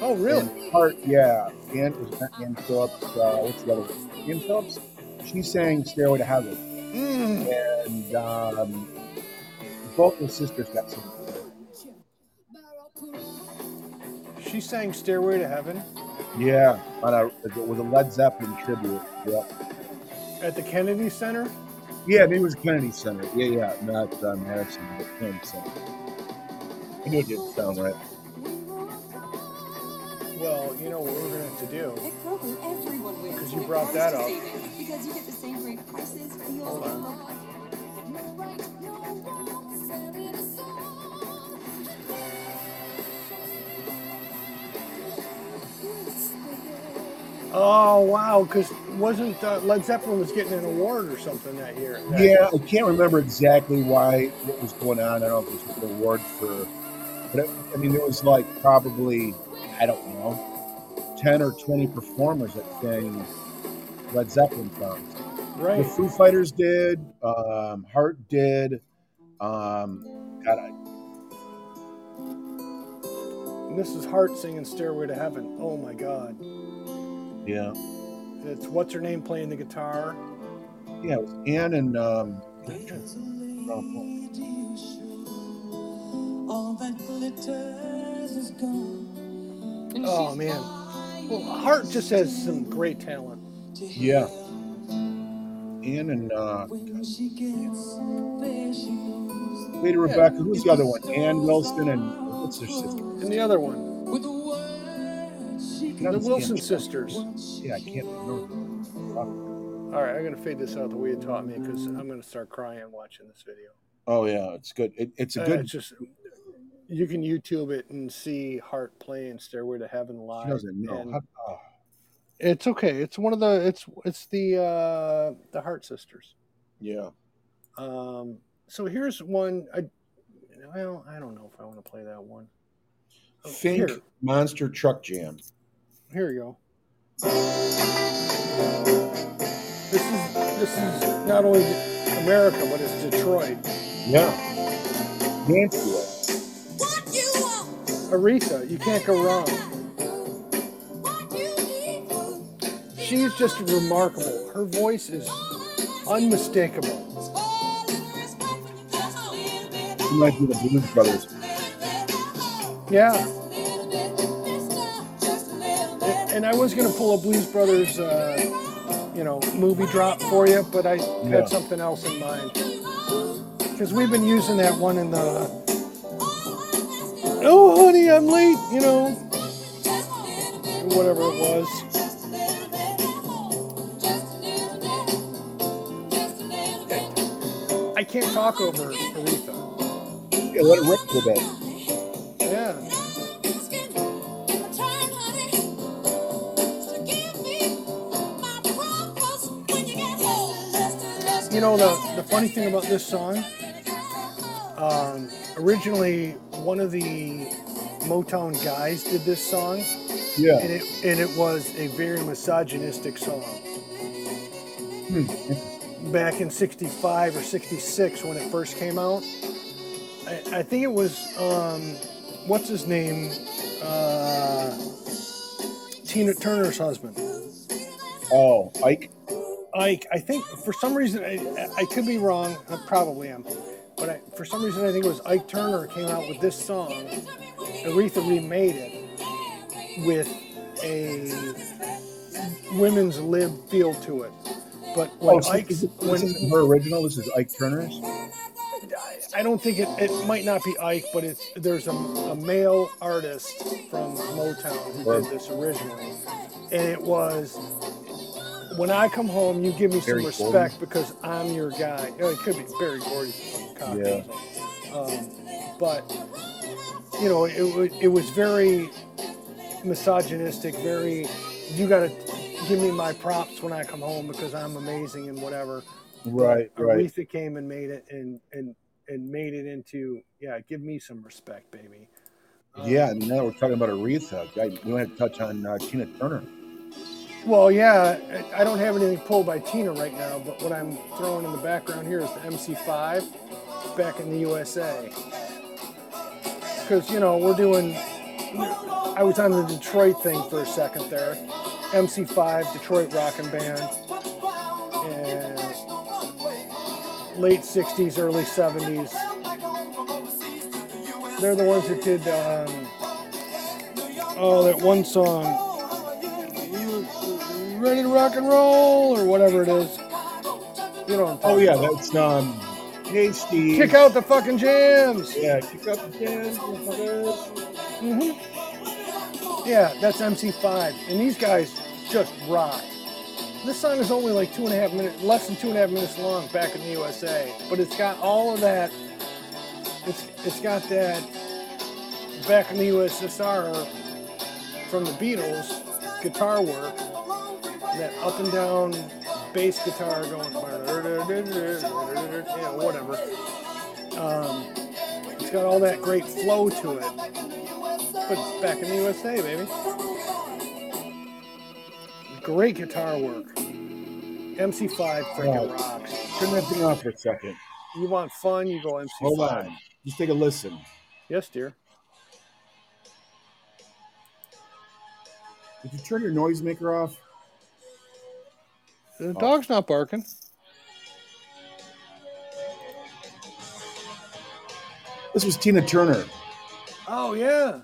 [SPEAKER 2] Oh, really?
[SPEAKER 1] And part yeah. And it was not Ann Phillips, uh what's the other one? Ann Phillips? She sang Stairway to Heaven
[SPEAKER 2] Mm.
[SPEAKER 1] and um both of the sisters got some
[SPEAKER 2] She sang Stairway to Heaven
[SPEAKER 1] Yeah, on a it was a Led Zeppelin tribute. Yeah.
[SPEAKER 2] at the Kennedy Center.
[SPEAKER 1] Yeah, maybe it was Kennedy Center. Yeah, yeah, not uh, Madison, but Kennedy Center. I knew it didn't sound right.
[SPEAKER 2] Well, you know what we're gonna have to do.
[SPEAKER 5] Because
[SPEAKER 2] you brought that up.
[SPEAKER 5] Because you get the same great prices, deals,
[SPEAKER 2] Hold
[SPEAKER 5] and
[SPEAKER 2] on.
[SPEAKER 5] more.
[SPEAKER 2] Oh wow, because wasn't uh, Led Zeppelin was getting an award or something that year? that-
[SPEAKER 1] Yeah, I can't remember exactly why what was going on. I don't know if it was an award for, but it, I mean, there was like probably I don't know, ten or twenty performers that sang Led Zeppelin songs. The
[SPEAKER 2] right.
[SPEAKER 1] Foo Fighters did, um, Heart did, um, God, I,
[SPEAKER 2] Mrs. Hart singing Stairway to Heaven. Oh my God.
[SPEAKER 1] Yeah.
[SPEAKER 2] It's what's her name playing the guitar?
[SPEAKER 1] Yeah, it was Anne and um, Ralph Lauren.
[SPEAKER 2] Oh man. Well, Hart just has some great talent.
[SPEAKER 1] yeah, Anne and uh, Lady Rebecca. Who's the other one? Anne Wilson and what's her sister?
[SPEAKER 2] And the other one,
[SPEAKER 1] Not
[SPEAKER 2] the
[SPEAKER 1] as
[SPEAKER 2] Wilson
[SPEAKER 1] Anne.
[SPEAKER 2] sisters.
[SPEAKER 1] Yeah, I can't remember.
[SPEAKER 2] All right, I'm gonna fade this out the way you taught me because I'm gonna start crying watching this video.
[SPEAKER 1] Oh yeah, it's good. It, it's a
[SPEAKER 2] Uh,
[SPEAKER 1] good.
[SPEAKER 2] it's just you can YouTube it and see Hart playing Stairway to Heaven live.
[SPEAKER 1] she doesn't know.
[SPEAKER 2] and
[SPEAKER 1] How- oh,
[SPEAKER 2] It's okay. It's one of the it's it's the uh the Hart sisters.
[SPEAKER 1] yeah.
[SPEAKER 2] Um, so here's one. I well, I don't know if I want to play that one. Oh,
[SPEAKER 1] Think
[SPEAKER 2] Here,
[SPEAKER 1] monster truck jam.
[SPEAKER 2] here you go. This is this is not only America, but it's Detroit.
[SPEAKER 1] Yeah. Dance to it.
[SPEAKER 4] What you want?
[SPEAKER 2] Aretha, you can't go wrong.
[SPEAKER 4] What you need?
[SPEAKER 2] She's just remarkable. Her voice is unmistakable.
[SPEAKER 1] She might be the Blues Brothers.
[SPEAKER 2] Yeah. And I was gonna pull a Blues Brothers, uh, you know, movie drop for you, but I
[SPEAKER 1] Yeah.
[SPEAKER 2] had something else in mind because we've been using that one in the. Oh, honey, I'm late. You know, whatever it was. I can't talk over Aretha.
[SPEAKER 1] Yeah, let it rip for that.
[SPEAKER 2] Yeah. You know the the funny thing about this song. Um, originally, one of the Motown guys did this song, and
[SPEAKER 1] Yeah.
[SPEAKER 2] it and it was a very misogynistic song. Back in '65 or '66 when it first came out, I, I think it was um, what's his name, uh, Tina Turner's husband.
[SPEAKER 1] Oh, Ike.
[SPEAKER 2] Ike, I think for some reason, I, I could be wrong, I probably am, but I, for some reason, I think it was Ike Turner came out with this song. Aretha remade it with a women's lib feel to it. But when
[SPEAKER 1] Oh, so
[SPEAKER 2] Ike,
[SPEAKER 1] is it- this
[SPEAKER 2] when
[SPEAKER 1] isn't her original. This is Ike Turner's.
[SPEAKER 2] I don't think it, it might not be Ike, but it's there's a, a male artist from Motown who
[SPEAKER 1] Right.
[SPEAKER 2] did this originally, and it was when I come home, you give me some
[SPEAKER 1] Barry
[SPEAKER 2] respect
[SPEAKER 1] Gordy?
[SPEAKER 2] because I'm your guy. Oh, it could be Barry Gordy from Cocktails. Um, but you know, it, wa- it was very misogynistic, very you got to give me my props when I come home because I'm amazing and whatever.
[SPEAKER 1] Right. Right.
[SPEAKER 2] Aretha came and made it and and and made it into yeah. Give me some respect, baby. Um,
[SPEAKER 1] Yeah. And now that we're talking about Aretha. I, we don't have to touch on uh, Tina Turner.
[SPEAKER 2] Well, yeah. I I don't have anything pulled by Tina right now, but what I'm throwing in the background here is the MC5 back in the USA. Because you know we're doing. I was on the Detroit thing for a second there. MC5, Detroit Rockin' Band, and late '60s, early '70s. They're the ones that did. Um, oh, that one song. you ready to rock and roll or whatever it is. You know.
[SPEAKER 1] Oh
[SPEAKER 2] what I'm talking
[SPEAKER 1] yeah,
[SPEAKER 2] about.
[SPEAKER 1] that's um. Hey Steve.
[SPEAKER 2] Kick out the fucking jams.
[SPEAKER 1] Yeah, kick out the jam. motherfuckers.
[SPEAKER 2] hmm Yeah, that's MC5, and these guys just rock. This song is only like two and a half minutes, less than two and a half minutes long back in the USA, but it's got all of that. It's it's got that back in the USSR from the Beatles guitar work, that up and down bass guitar going, yeah, whatever. Um, it's got all that great flow to it. But it's back in the USA, baby. Great guitar work. MC5 freaking
[SPEAKER 1] Right.
[SPEAKER 2] rocks.
[SPEAKER 1] Turn that thing off for a second.
[SPEAKER 2] You want fun, you go MC5.
[SPEAKER 1] Hold on. Just take a listen.
[SPEAKER 2] Yes, dear.
[SPEAKER 1] Did you turn your noisemaker off? oh.
[SPEAKER 6] The dog's not barking.
[SPEAKER 1] This was Tina Turner.
[SPEAKER 2] Oh yeah.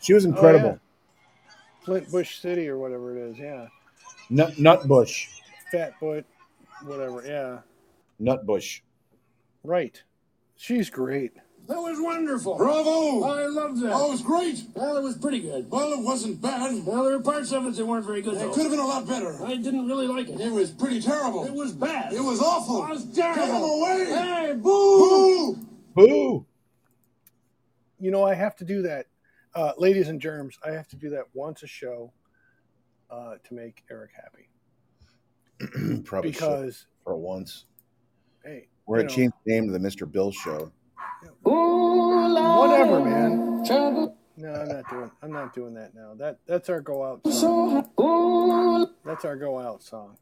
[SPEAKER 1] She was
[SPEAKER 2] Oh,
[SPEAKER 1] incredible.
[SPEAKER 2] Flint Bush City or whatever it is. Yeah.
[SPEAKER 1] Nut Nutbush.
[SPEAKER 2] Fat Butt, whatever. Yeah.
[SPEAKER 1] Nutbush.
[SPEAKER 2] Right. She's great.
[SPEAKER 7] That was wonderful. Bravo! I loved that. Oh, it was great. Well, it was pretty good. Well, it wasn't bad. Well, there were parts of it that weren't very good. It could have been a lot better. I didn't really like it. It was pretty terrible. It was bad. It was awful. It was terrible. Get him away! Hey, boo! Boo!
[SPEAKER 1] Boo!
[SPEAKER 2] You know, I have to do that, uh, ladies and germs. I have to do that once a show uh, to make Eric happy
[SPEAKER 1] Probably should
[SPEAKER 2] because
[SPEAKER 1] for once.
[SPEAKER 2] hey,
[SPEAKER 1] We're
[SPEAKER 2] you
[SPEAKER 1] gonna
[SPEAKER 2] know,
[SPEAKER 1] change the name to the Mr. Bill Show.
[SPEAKER 2] whatever, man. No, I'm not doing. I'm not doing that now. That that's our go out. Song. That's our go out song.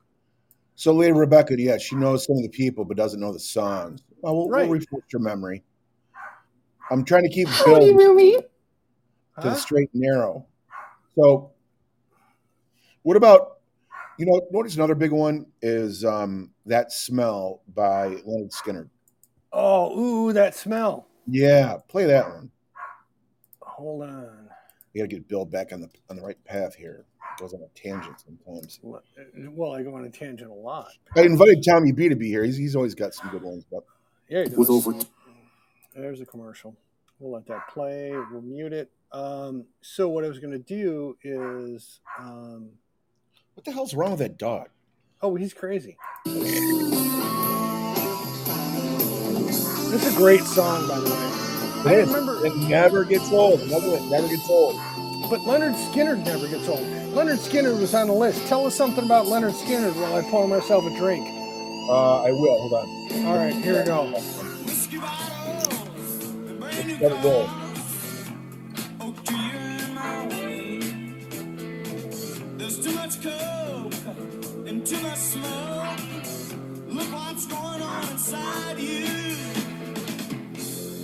[SPEAKER 1] So, Lady Rebecca, yeah, she knows some of the people but doesn't know the songs. Well, we'll,
[SPEAKER 2] Right.
[SPEAKER 1] we'll refresh your memory. I'm trying to keep Bill to the
[SPEAKER 2] Huh?
[SPEAKER 1] straight and narrow. So, what about you know? Notice another big one is um, that smell by Leonard Skinner.
[SPEAKER 2] Oh, ooh, that smell.
[SPEAKER 1] Yeah, play that one.
[SPEAKER 2] Hold on.
[SPEAKER 1] We got to get Bill back on the on the right path here. Goes on a tangent sometimes.
[SPEAKER 2] What- Well, I go on a tangent a lot.
[SPEAKER 1] I invited Tommy B to be here. He's, he's always got some good ones. But
[SPEAKER 2] Yeah, he
[SPEAKER 7] With
[SPEAKER 2] does.
[SPEAKER 7] over-
[SPEAKER 2] There's a commercial. We'll let that play. We'll mute it. Um, so what I was going to do is, um,
[SPEAKER 1] what the hell's wrong with that dog?
[SPEAKER 2] oh, he's crazy. This is a great song, by the way. I remember-
[SPEAKER 1] it never gets old. Another one that never gets old.
[SPEAKER 2] But Leonard Skinner never gets old. Leonard Skinner was on the list. Tell us something about Leonard Skinner while I pour myself a drink.
[SPEAKER 1] Uh, I will. Hold on.
[SPEAKER 2] All right, here we go.
[SPEAKER 1] Let it roll.
[SPEAKER 8] There's too much coke and too much smoke. Look what's going on inside you.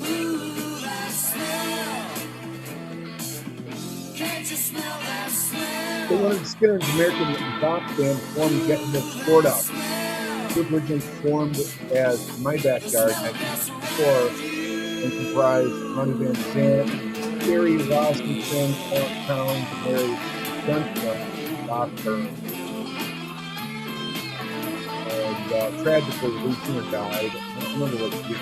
[SPEAKER 8] Ooh, that smell. Can't you smell that
[SPEAKER 1] They
[SPEAKER 8] smell?
[SPEAKER 1] wanted Skinner's American rock band formed getting the sport out. It originally formed as My Backyard in 1964 and comprised Ronnie Van Zant, Gary Rossington, Clark Towns, Mary Gunther, and Bob Burns. And uh, tragically, Lee Skinner died. I don't remember what year.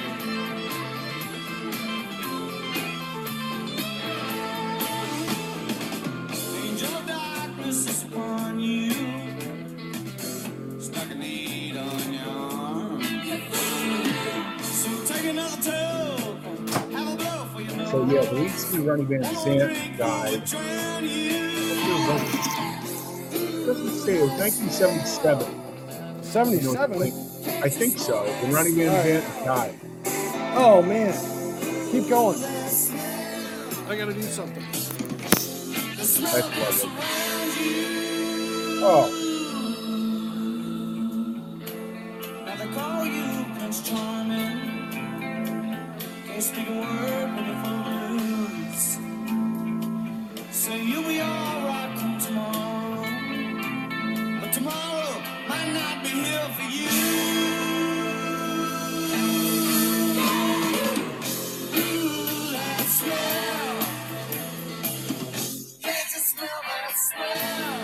[SPEAKER 8] Angel darkness is upon you. Stuck a needle in your arm. So take another toke. Have a blow for your nose.
[SPEAKER 1] So yeah, the lead singer Ronnie Van Zant died. It doesn't say it was 1977. You know,
[SPEAKER 2] 77.
[SPEAKER 1] I think so. When Ronnie Van
[SPEAKER 2] All right.
[SPEAKER 1] Zant died.
[SPEAKER 2] Oh, man. Keep going. I got to do something.
[SPEAKER 1] That's lovely. Oh,
[SPEAKER 8] Now they call you Prince Charming. Can't speak a word when you're full loose. Say you'll be alright come tomorrow. But tomorrow might not be here for you. Ooh, that smell. Can't you smell that smell?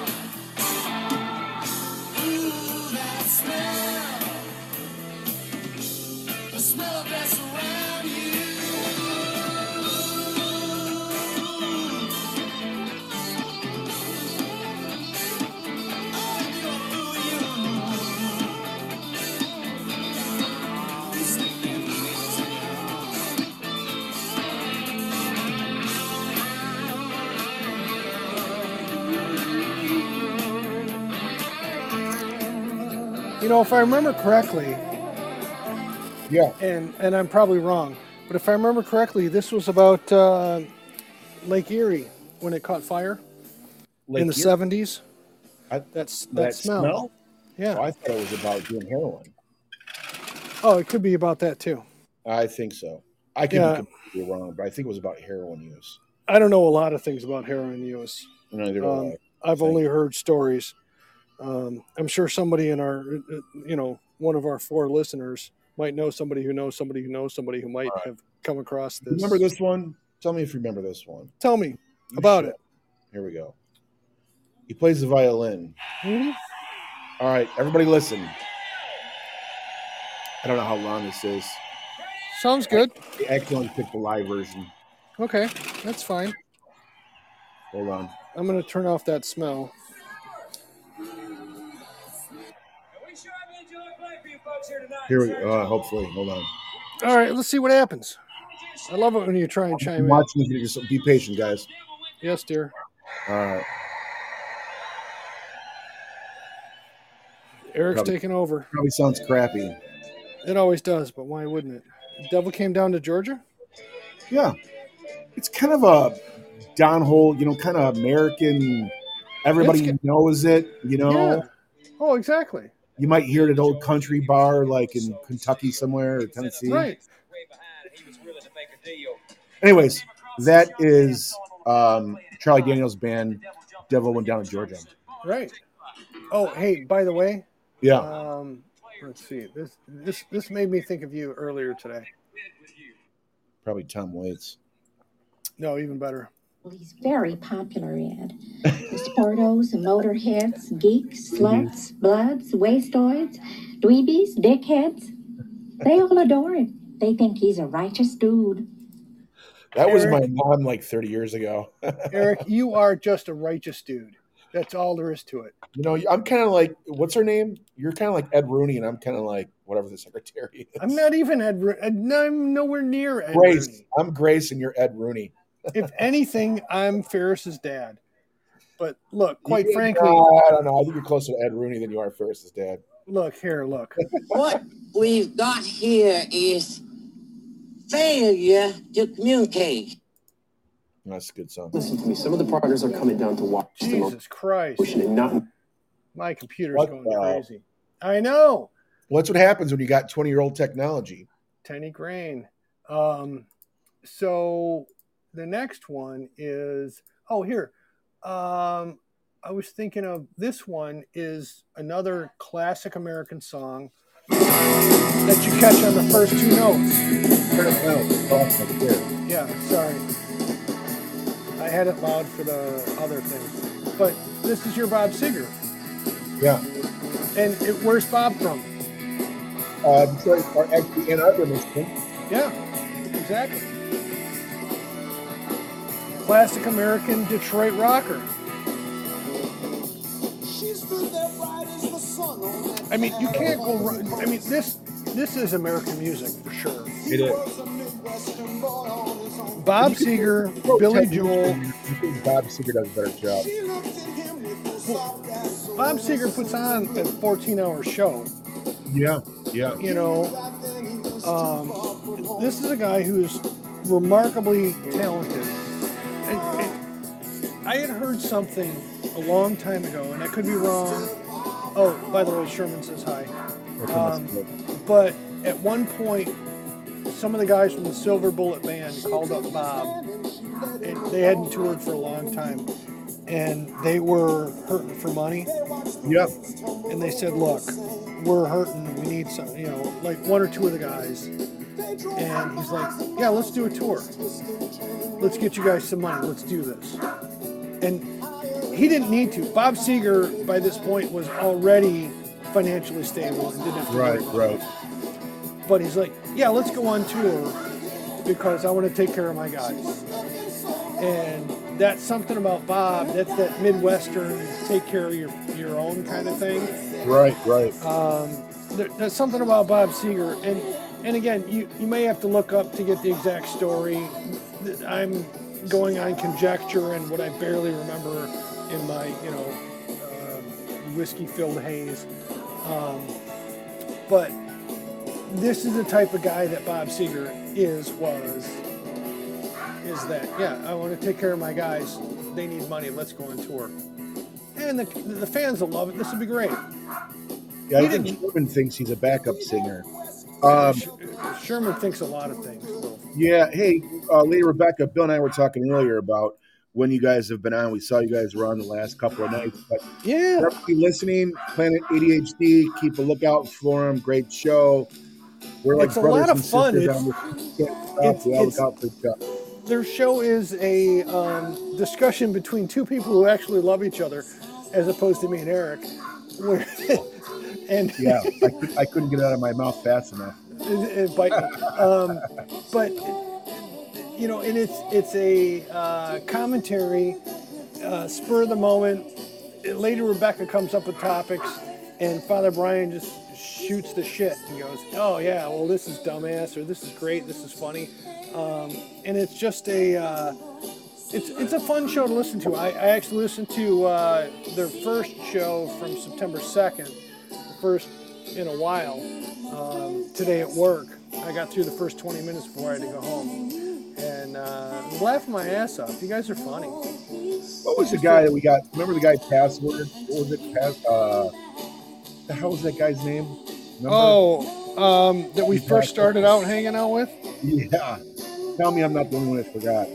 [SPEAKER 8] Ooh, that smell. The smell that's around you.
[SPEAKER 2] You know, if I remember correctly,
[SPEAKER 1] yeah.
[SPEAKER 2] and, and I'm probably wrong, But if I remember correctly, this was about uh, Lake Erie when it caught fire in the
[SPEAKER 7] Erie?
[SPEAKER 2] 70s.
[SPEAKER 7] I-
[SPEAKER 2] That's that,
[SPEAKER 7] That
[SPEAKER 2] smell.
[SPEAKER 7] smell?
[SPEAKER 2] Yeah.
[SPEAKER 7] Oh, I thought it was about doing heroin.
[SPEAKER 2] oh, it could be about that too.
[SPEAKER 7] I think so. I could
[SPEAKER 2] Yeah.
[SPEAKER 7] be completely wrong, but I think it was about heroin use.
[SPEAKER 2] I don't know a lot of things about heroin use.
[SPEAKER 7] Neither do
[SPEAKER 2] Um,
[SPEAKER 7] I.
[SPEAKER 2] I've
[SPEAKER 7] Thank
[SPEAKER 2] only heard stories. Um, I'm sure somebody in our, uh, you know, one of our four listeners might know somebody who knows somebody who knows somebody who might have come across this.
[SPEAKER 7] Remember this one? Tell me if you remember this one.
[SPEAKER 2] Tell me.
[SPEAKER 7] You
[SPEAKER 2] About
[SPEAKER 7] should. Here we go. He plays the violin. Mm-hmm. All right, everybody listen. I don't know how long this is.
[SPEAKER 2] Sounds good.
[SPEAKER 7] The Excellent picked the live version.
[SPEAKER 2] Okay, that's fine.
[SPEAKER 7] Hold on.
[SPEAKER 2] I'm gonna turn off that smell.
[SPEAKER 7] Here we go. Uh, hopefully. Hold on.
[SPEAKER 2] All right, let's see what happens. I love it when you try and chime in.
[SPEAKER 7] Watch this video. so Be patient, guys. Uh,
[SPEAKER 2] Yes, dear.
[SPEAKER 7] All right.
[SPEAKER 2] Eric's
[SPEAKER 7] Probably.
[SPEAKER 2] taking over.
[SPEAKER 7] Probably sounds crappy.
[SPEAKER 2] It always does, but why wouldn't it? Devil came down to Georgia.
[SPEAKER 7] Yeah. It's kind of a downhole, you know, kind of American. Everybody
[SPEAKER 2] It's
[SPEAKER 7] knows it, you know.
[SPEAKER 2] Yeah. Oh, exactly.
[SPEAKER 7] You might hear it at old country bar like in Kentucky somewhere or Tennessee.
[SPEAKER 2] Right.
[SPEAKER 7] Anyways, that is um, Charlie Daniels' band, Devil Went Down to Georgia.
[SPEAKER 2] Right. Oh, hey, by the way,
[SPEAKER 7] Yeah.
[SPEAKER 2] um, let's see. This this this made me think of you earlier today.
[SPEAKER 7] Probably Tom Waits.
[SPEAKER 2] No, even better.
[SPEAKER 6] Well, he's very popular in. The sportos, motorheads, geeks, sluts, bloods, wastoids, dweebies, dickheads. They all adore him. They think he's a righteous dude.
[SPEAKER 7] That was my mom like 30 years ago.
[SPEAKER 2] Eric, you are just a righteous dude. That's all there is to it.
[SPEAKER 7] you know, I'm kind of like, what's her name? You're kind of like Ed Rooney, and I'm kind of like whatever the secretary is.
[SPEAKER 2] I'm not even Ed. Ro- I'm nowhere near Ed.
[SPEAKER 7] Grace.
[SPEAKER 2] Rooney.
[SPEAKER 7] I'm Grace, and you're Ed Rooney.
[SPEAKER 2] If anything, I'm Ferris's dad. But look, quite
[SPEAKER 7] Yeah,
[SPEAKER 2] frankly,
[SPEAKER 7] I don't know. I think you're closer to Ed Rooney than you are Ferris's dad.
[SPEAKER 2] look here, look.
[SPEAKER 8] What we've got here is failure to communicate.
[SPEAKER 7] That's a good song.
[SPEAKER 3] Listen to me. Some of the progress are coming down to watch the
[SPEAKER 2] Jesus Christ,
[SPEAKER 3] motion and not
[SPEAKER 2] my computer's
[SPEAKER 7] What
[SPEAKER 2] going
[SPEAKER 7] the-
[SPEAKER 2] crazy. I know.
[SPEAKER 7] Well, that's what happens when you got 20 year old technology.
[SPEAKER 2] Tiny grain. Um, so the next one is oh here. Um, I was thinking of this one is another classic American song um, that you catch on the first two notes.
[SPEAKER 7] Well,
[SPEAKER 2] Yeah, sorry. I had it loud for the other thing, but this is your Bob Seger,
[SPEAKER 7] yeah.
[SPEAKER 2] and it, where's Bob from?
[SPEAKER 7] Uh, Detroit, or actually, Ann Arbor, Michigan.
[SPEAKER 2] Yeah, exactly. Classic American Detroit rocker. I mean, you can't go wrong. I mean, this this is American music for sure.
[SPEAKER 7] It is.
[SPEAKER 2] Bob Seger, Billy Joel.
[SPEAKER 7] I think Bob Seger does a better job.
[SPEAKER 2] Bob Seger puts on a 14-hour show.
[SPEAKER 7] Yeah, yeah.
[SPEAKER 2] You know, um, this is a guy who's remarkably talented. And, and I had heard something a long time ago, and I could be wrong. Oh, by the way, Sherman says hi. Um, But at one point, some of the guys from the Silver Bullet Band called up Bob. And they hadn't toured for a long time, and they were hurting for money.
[SPEAKER 7] yeah,
[SPEAKER 2] And they said, "Look, we're hurting. We need some, you know, like one or two of the guys." And he's like, "Yeah, let's do a tour. Let's get you guys some money. Let's do this." And he didn't need to. Bob Seger, by this point, was already financially stable and didn't have to
[SPEAKER 7] right,
[SPEAKER 2] worry about it.
[SPEAKER 7] right.
[SPEAKER 2] But he's like, yeah, let's go on tour because I want to take care of my guys. And that's something about Bob. That's that Midwestern take care of your, your own kind of thing.
[SPEAKER 7] Right, right.
[SPEAKER 2] Uh, There, there's something about Bob Seger. And, and again, you, you may have to look up to get the exact story. Th- I'm going on conjecture and what I barely remember in my, you know, um, whiskey filled haze. Um, but this is the type of guy that Bob Seger is was is that yeah, I want to take care of my guys. They need money. Let's go on tour. And the, the fans will love it. This will be great.
[SPEAKER 7] Yeah, I
[SPEAKER 2] He
[SPEAKER 7] think
[SPEAKER 2] didn't-
[SPEAKER 7] Sherman thinks he's a backup singer. Um,
[SPEAKER 2] Sh- Sherman thinks a lot of things. Will.
[SPEAKER 7] yeah. Hey, uh, Lady Rebecca, Bill and I were talking earlier about when you guys have been on. We saw you guys were on the last couple of nights. But
[SPEAKER 2] Yeah.
[SPEAKER 7] everybody listening, Planet ADHD, keep a lookout for him. Great show. We're like
[SPEAKER 2] It's a
[SPEAKER 7] brothers
[SPEAKER 2] lot of
[SPEAKER 7] and
[SPEAKER 2] fun.
[SPEAKER 7] sisters
[SPEAKER 2] It's-
[SPEAKER 7] on this shit stuff.
[SPEAKER 2] it's-
[SPEAKER 7] we all look
[SPEAKER 2] it's-
[SPEAKER 7] out for each other.
[SPEAKER 2] Their show is a um, discussion between two people who actually love each other, as opposed to me and Eric. Where, and
[SPEAKER 7] Yeah, I, could, I couldn't get it out of my mouth fast enough.
[SPEAKER 2] and bite me. Um, but you know, and it's it's a uh, commentary, uh, spur of the moment. Later, Rebecca comes up with topics, and Father Brian just shoots the shit and goes, "Oh yeah, well this is dumbass, or this is great, this is funny," um, and it's just a. Uh, it's, it's a fun show to listen to. I, I actually listened to uh, their first show from September 2nd, the first in a while, um, today at work. I got through the first 20 minutes before I had to go home. And uh, I'm laughing my ass off. You guys are funny.
[SPEAKER 7] What was the guy that we got? Remember the guy password? What was it? Pass, uh, the hell was that guy's name? Remember?
[SPEAKER 2] Oh, um, that we first started out hanging out with?
[SPEAKER 7] yeah. Tell me I'm not the only one that forgot.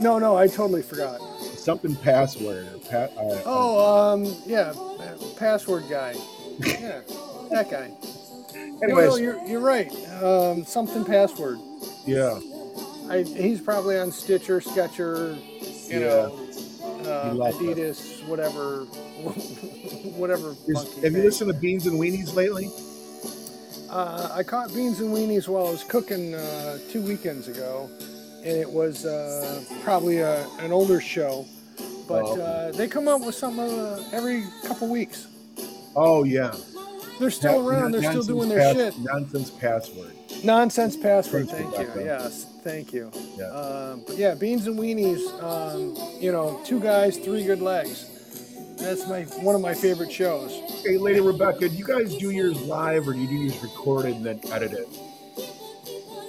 [SPEAKER 2] No, no, I totally forgot.
[SPEAKER 7] Something password. Or pa- uh, uh,
[SPEAKER 2] Oh, um, yeah, password guy. Yeah, that guy. No,
[SPEAKER 7] anyways,
[SPEAKER 2] no, you're, you're right. Um, something password.
[SPEAKER 7] yeah.
[SPEAKER 2] I, he's probably on Stitcher, Sketcher, you know, uh,
[SPEAKER 7] He loves that.
[SPEAKER 2] Adidas, whatever, whatever.
[SPEAKER 7] Is-
[SPEAKER 2] monkey
[SPEAKER 7] have you
[SPEAKER 2] thing.
[SPEAKER 7] listened to Beans and Weenies lately?
[SPEAKER 2] Uh, I caught beans and weenies while I was cooking uh, two weekends ago, and it was uh, probably a, an older show, but
[SPEAKER 7] Oh.
[SPEAKER 2] uh, they come up with something uh, every couple weeks.
[SPEAKER 7] Oh yeah.
[SPEAKER 2] They're still
[SPEAKER 7] Pa-
[SPEAKER 2] around. They're still
[SPEAKER 7] nonsense
[SPEAKER 2] doing their
[SPEAKER 7] pass-
[SPEAKER 2] shit.
[SPEAKER 7] Nonsense password.
[SPEAKER 2] Nonsense password. Thank
[SPEAKER 7] Thank you,
[SPEAKER 2] you.
[SPEAKER 7] Becca.
[SPEAKER 2] Yes, thank you.
[SPEAKER 7] Yeah.
[SPEAKER 2] Um, but yeah, beans and weenies. Um, you know, two guys, three good legs. That's my one of my favorite shows.
[SPEAKER 7] Hey, Lady Rebecca, do you guys do yours live or do you do yours recorded and then edit it?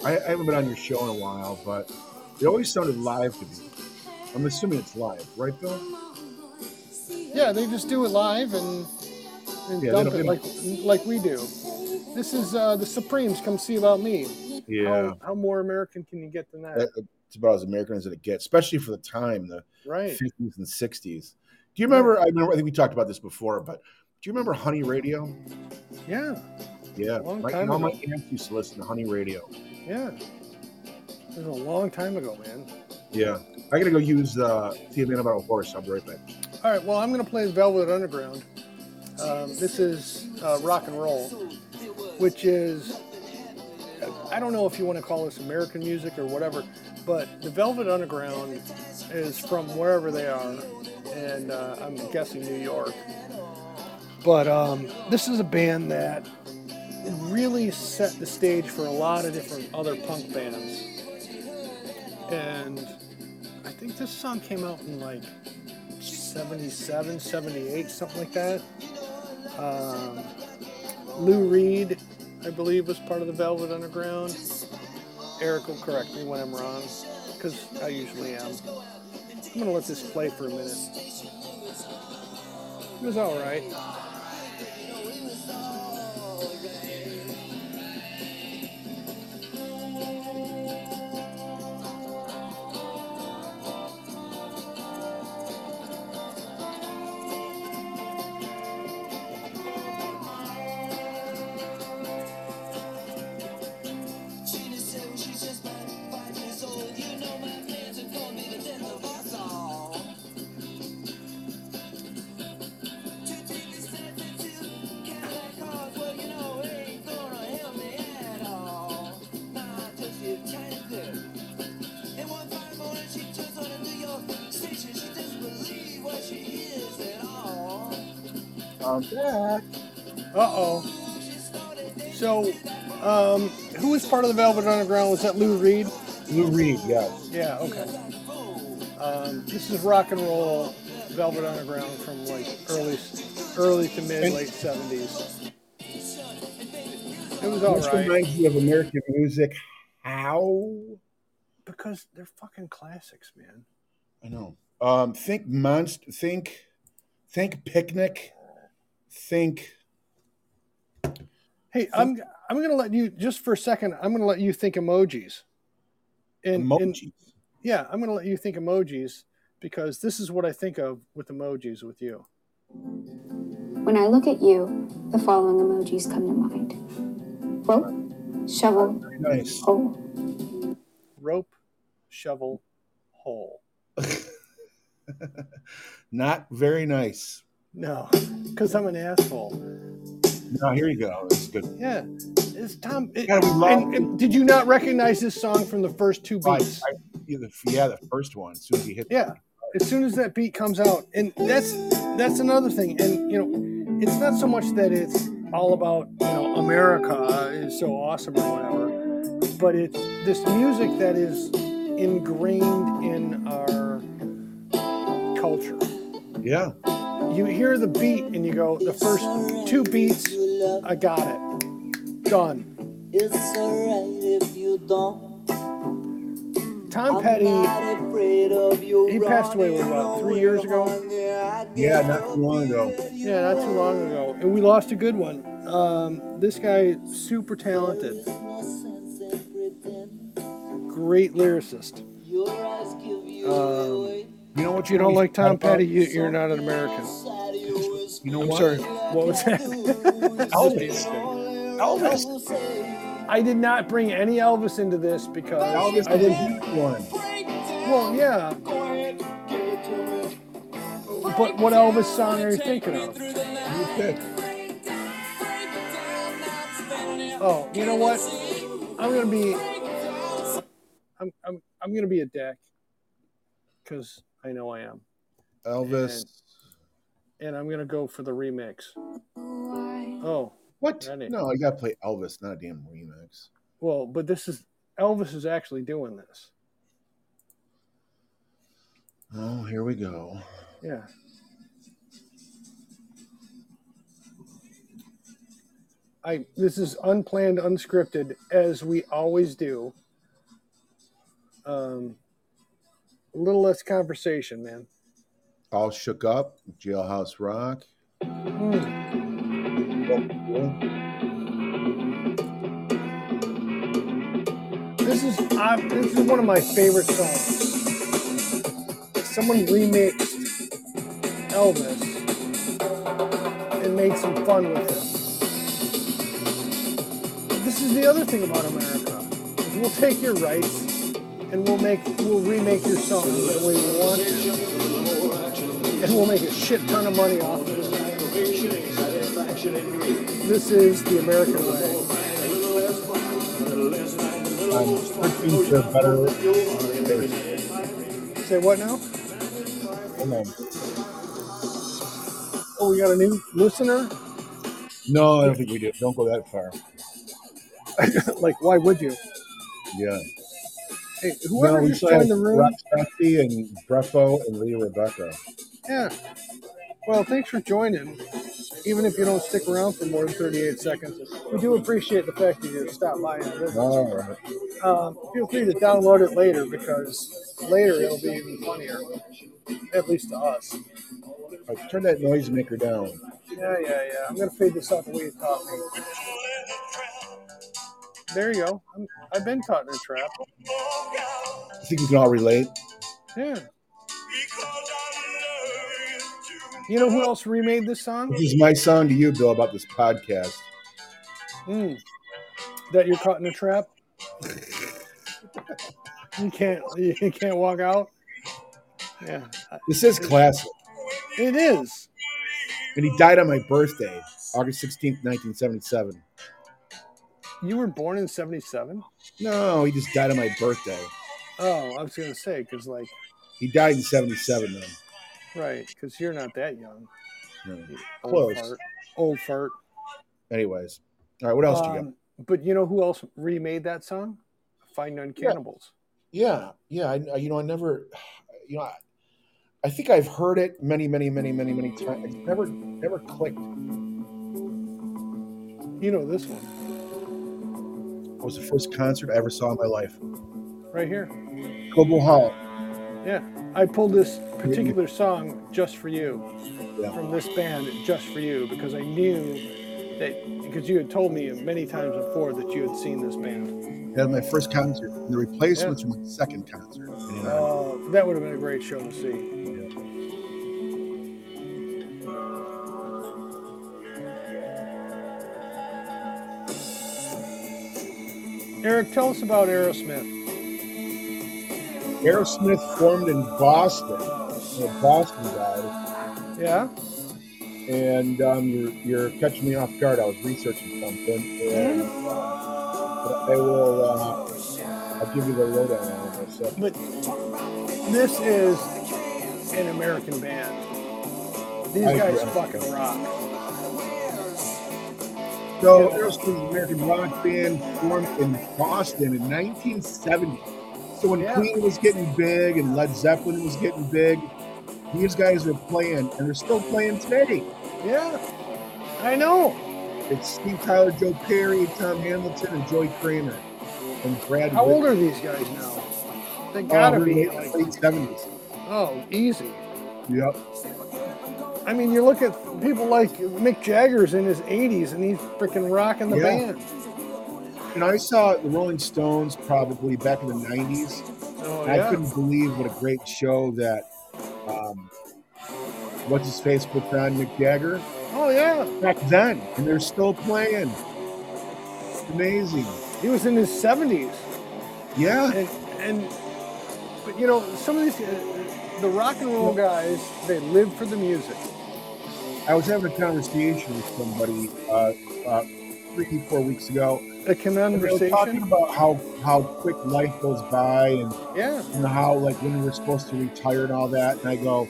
[SPEAKER 7] I, I haven't been on your show in a while, but it always sounded live to me. I'm assuming it's live, right, Bill?
[SPEAKER 2] Yeah, they just do it live and and
[SPEAKER 7] Yeah, they
[SPEAKER 2] dump
[SPEAKER 7] don't-
[SPEAKER 2] it
[SPEAKER 7] they
[SPEAKER 2] like like we do. This is uh, the Supremes. Come see about me. How, how more American can you get than that?
[SPEAKER 7] That- It's about as American as it gets, especially for the time, the
[SPEAKER 2] right.
[SPEAKER 7] 50s and 60s. Do you remember? I remember. I think we talked about this before, but do you remember Honey Radio?
[SPEAKER 2] Yeah.
[SPEAKER 7] Yeah,
[SPEAKER 2] Long
[SPEAKER 7] my,
[SPEAKER 2] time
[SPEAKER 7] all my
[SPEAKER 2] ago.
[SPEAKER 7] aunts used to listen to Honey Radio.
[SPEAKER 2] Yeah. It was a long time ago, man.
[SPEAKER 7] Yeah, I gotta go use uh, see a man about a horse. I'll be right back.
[SPEAKER 2] All right. Well, I'm gonna play Velvet Underground. Um, this is uh, rock and roll, which is I don't know if you want to call this American music or whatever, but the Velvet Underground is from wherever they are, and uh, I'm guessing New York. But um, this is a band that really set the stage for a lot of different other punk bands, and I think this song came out in like 77, 78, something like that. Um, Lou Reed, I believe, was part of the Velvet Underground. Eric will correct me when I'm wrong, because I usually am. I'm going to let this play for a minute. It was all right. Uh oh. So, um, who was part of the Velvet Underground? Was that Lou Reed?
[SPEAKER 7] Lou Reed, yeah.
[SPEAKER 2] Yeah, okay. Um, this is rock and roll, Velvet Underground from like early, early to mid late seventies. It was all
[SPEAKER 7] Which
[SPEAKER 2] right.
[SPEAKER 7] reminds me of American music How?
[SPEAKER 2] because they're fucking classics, man.
[SPEAKER 7] I know. Um, think monster. Think, think picnic. Think.
[SPEAKER 2] Hey, I'm I'm gonna let you just for a second. I'm gonna let you think emojis. And, and
[SPEAKER 7] emojis.
[SPEAKER 2] yeah, I'm gonna let you think emojis because this is what I think of with emojis with you.
[SPEAKER 6] When I look at you, the following emojis come to mind rope, shovel,
[SPEAKER 7] nice.
[SPEAKER 6] hole.
[SPEAKER 2] Rope, shovel, hole.
[SPEAKER 7] Not very nice.
[SPEAKER 2] No, because I'm an asshole.
[SPEAKER 7] Now here you go. Oh, That's good.
[SPEAKER 2] Yeah, it's Tom. it-
[SPEAKER 7] God, we love-
[SPEAKER 2] and- and did you not recognize this song from the first two
[SPEAKER 7] I, I,
[SPEAKER 2] beats?
[SPEAKER 7] yeah, the, yeah, the first one. As soon as we hit.
[SPEAKER 2] Yeah. As soon as that beat comes out, and that's that's another thing. And you know, it's not so much that it's all about you know America is so awesome or whatever, but it's this music that is ingrained in our culture.
[SPEAKER 7] Yeah.
[SPEAKER 2] You hear the beat and you go, the first two beats, I got it, done.
[SPEAKER 8] It's alright if you don't.
[SPEAKER 2] Tom Petty,
[SPEAKER 8] Not afraid of you
[SPEAKER 2] he passed away what, about three years ago.
[SPEAKER 7] Yeah. Not too long ago.
[SPEAKER 2] Yeah, not too long ago, and we lost a good one. Um, this guy, super talented, great lyricist. Um,
[SPEAKER 7] You know what?
[SPEAKER 2] you don't
[SPEAKER 7] always
[SPEAKER 2] like Tom
[SPEAKER 7] thought about?
[SPEAKER 2] Petty, you, you're not an American.
[SPEAKER 7] You know
[SPEAKER 2] I'm
[SPEAKER 7] what?
[SPEAKER 2] sorry. What was that?
[SPEAKER 7] Elvis. Elvis.
[SPEAKER 2] I did not bring any Elvis into this because
[SPEAKER 7] Elvis.
[SPEAKER 2] I
[SPEAKER 7] I
[SPEAKER 2] didn't.
[SPEAKER 7] didn't one.
[SPEAKER 2] Well, yeah, but what Elvis song are you thinking of?
[SPEAKER 7] You pick.
[SPEAKER 2] Oh, you know what? I'm gonna be. I'm I'm I'm gonna be a deck, cause I know I am,
[SPEAKER 7] Elvis.
[SPEAKER 2] and I'm gonna go for the remix. Oh,
[SPEAKER 7] What?
[SPEAKER 2] Ready.
[SPEAKER 7] No, I gotta play Elvis, not a damn remix.
[SPEAKER 2] well, but this is Elvis is actually doing this.
[SPEAKER 7] Oh, here we go.
[SPEAKER 2] Yeah. I this is unplanned, unscripted, as we always do. Um, a little less conversation, man.
[SPEAKER 7] All shook up. Jailhouse Rock.
[SPEAKER 2] This is I, this is one of my favorite songs. Someone remixed Elvis and made some fun with it. This is the other thing about America. is We'll take your rights and we'll make we'll remake your song the way we want to. And we'll make a shit ton of money off of it. This is the American way.
[SPEAKER 7] I'm searching for better. There's-
[SPEAKER 2] Say what now?
[SPEAKER 7] hold on.
[SPEAKER 2] Oh, we got a new listener?
[SPEAKER 7] No, I don't think we do. Don't go that far.
[SPEAKER 2] like, why would you?
[SPEAKER 7] Yeah.
[SPEAKER 2] Hey, whoever
[SPEAKER 7] we
[SPEAKER 2] just
[SPEAKER 7] play
[SPEAKER 2] joined the room,
[SPEAKER 7] Rock Stassi and Breffo and Leah Rebecca.
[SPEAKER 2] yeah. Well, thanks for joining. Even if you don't stick around for more than 38 seconds, we do appreciate the fact that you stopped by and visit.
[SPEAKER 7] All right.
[SPEAKER 2] Um, feel free to download it later because later it'll be even funnier, at least to us.
[SPEAKER 7] All right, turn that noisemaker down.
[SPEAKER 2] Yeah, yeah, yeah. I'm gonna fade this out the way you taught me. There you go. I'm, I've been caught in a trap.
[SPEAKER 7] I think we can all relate.
[SPEAKER 2] Yeah. You know who else remade this song?
[SPEAKER 7] This is my song to you, Bill, about this podcast.
[SPEAKER 2] Mm. That you're caught in a trap. you can't. You can't walk out. Yeah,
[SPEAKER 7] This is classic.
[SPEAKER 2] it is.
[SPEAKER 7] And he died on my birthday, August 16th, 1977.
[SPEAKER 2] You were born in '77.
[SPEAKER 7] No, he just died on my birthday.
[SPEAKER 2] Oh, I was gonna say because like
[SPEAKER 7] He died in 77, though.
[SPEAKER 2] right because you're not that young.
[SPEAKER 7] No.
[SPEAKER 2] you Old
[SPEAKER 7] Close.
[SPEAKER 2] fart. Old fart.
[SPEAKER 7] Anyways. All right, what else do you got?
[SPEAKER 2] Um, but you know who else remade that song? Find None
[SPEAKER 7] Yeah.
[SPEAKER 2] Cannibals.
[SPEAKER 7] Yeah, yeah. I, I- you know, I never, you know, I, I think I've heard it many, many, many, many, many times. It never, never clicked.
[SPEAKER 2] You know this one.
[SPEAKER 7] That was the first concert I ever saw in my life.
[SPEAKER 2] right here.
[SPEAKER 7] Cobo Hall.
[SPEAKER 2] Yeah, I pulled this particular song just for you
[SPEAKER 7] Yeah.
[SPEAKER 2] from this band, just for you, because I knew that because you had told me many times before that you had seen this band.
[SPEAKER 7] That was my first concert. And the replacements were my second concert. And, you know,
[SPEAKER 2] Uh, that would have been a great show to see. Eric, tell us about Aerosmith.
[SPEAKER 7] Aerosmith formed in Boston. I'm a Boston guy.
[SPEAKER 2] Yeah,
[SPEAKER 7] And um, you're, you're catching me off guard. I was researching something. And, uh, but I will uh, I'll give you the lowdown on it in a second.
[SPEAKER 2] but this is an American band. These
[SPEAKER 7] I
[SPEAKER 2] guys
[SPEAKER 7] agree.
[SPEAKER 2] fucking rock.
[SPEAKER 7] So, Aerosmith, an American rock band formed in Boston in 1970. So, when
[SPEAKER 2] Yeah.
[SPEAKER 7] Queen was getting big and Led Zeppelin was getting big, these guys were playing, and they're still playing today.
[SPEAKER 2] Yeah, I know.
[SPEAKER 7] It's Steve Tyler, Joe Perry, Tom Hamilton, and Joy Kramer, and Brad.
[SPEAKER 2] How
[SPEAKER 7] Whit-
[SPEAKER 2] old are these guys now? They
[SPEAKER 7] Oh,
[SPEAKER 2] gotta
[SPEAKER 7] they're
[SPEAKER 2] be
[SPEAKER 7] late,
[SPEAKER 2] like,
[SPEAKER 7] late 70s.
[SPEAKER 2] oh, easy.
[SPEAKER 7] Yep.
[SPEAKER 2] I mean, you look at people like Mick Jagger's in his 80s and he's freaking rocking the
[SPEAKER 7] Yeah.
[SPEAKER 2] band.
[SPEAKER 7] And I saw the Rolling Stones probably back in the 90s.
[SPEAKER 2] Oh,
[SPEAKER 7] And I
[SPEAKER 2] yeah.
[SPEAKER 7] couldn't believe what a great show that um, what's his face put on Mick Jagger
[SPEAKER 2] Oh, yeah.
[SPEAKER 7] back then, and they're still playing. It's amazing.
[SPEAKER 2] He was in his 70s.
[SPEAKER 7] Yeah,
[SPEAKER 2] And, and but you know, some of these, uh, the rock and roll guys, they live for the music.
[SPEAKER 7] I was having a conversation with somebody uh, uh, three, four weeks ago.
[SPEAKER 2] A conversation.
[SPEAKER 7] They were talking about how how quick life goes by and
[SPEAKER 2] yeah.
[SPEAKER 7] you know how like when we're supposed to retire and all that. And I go,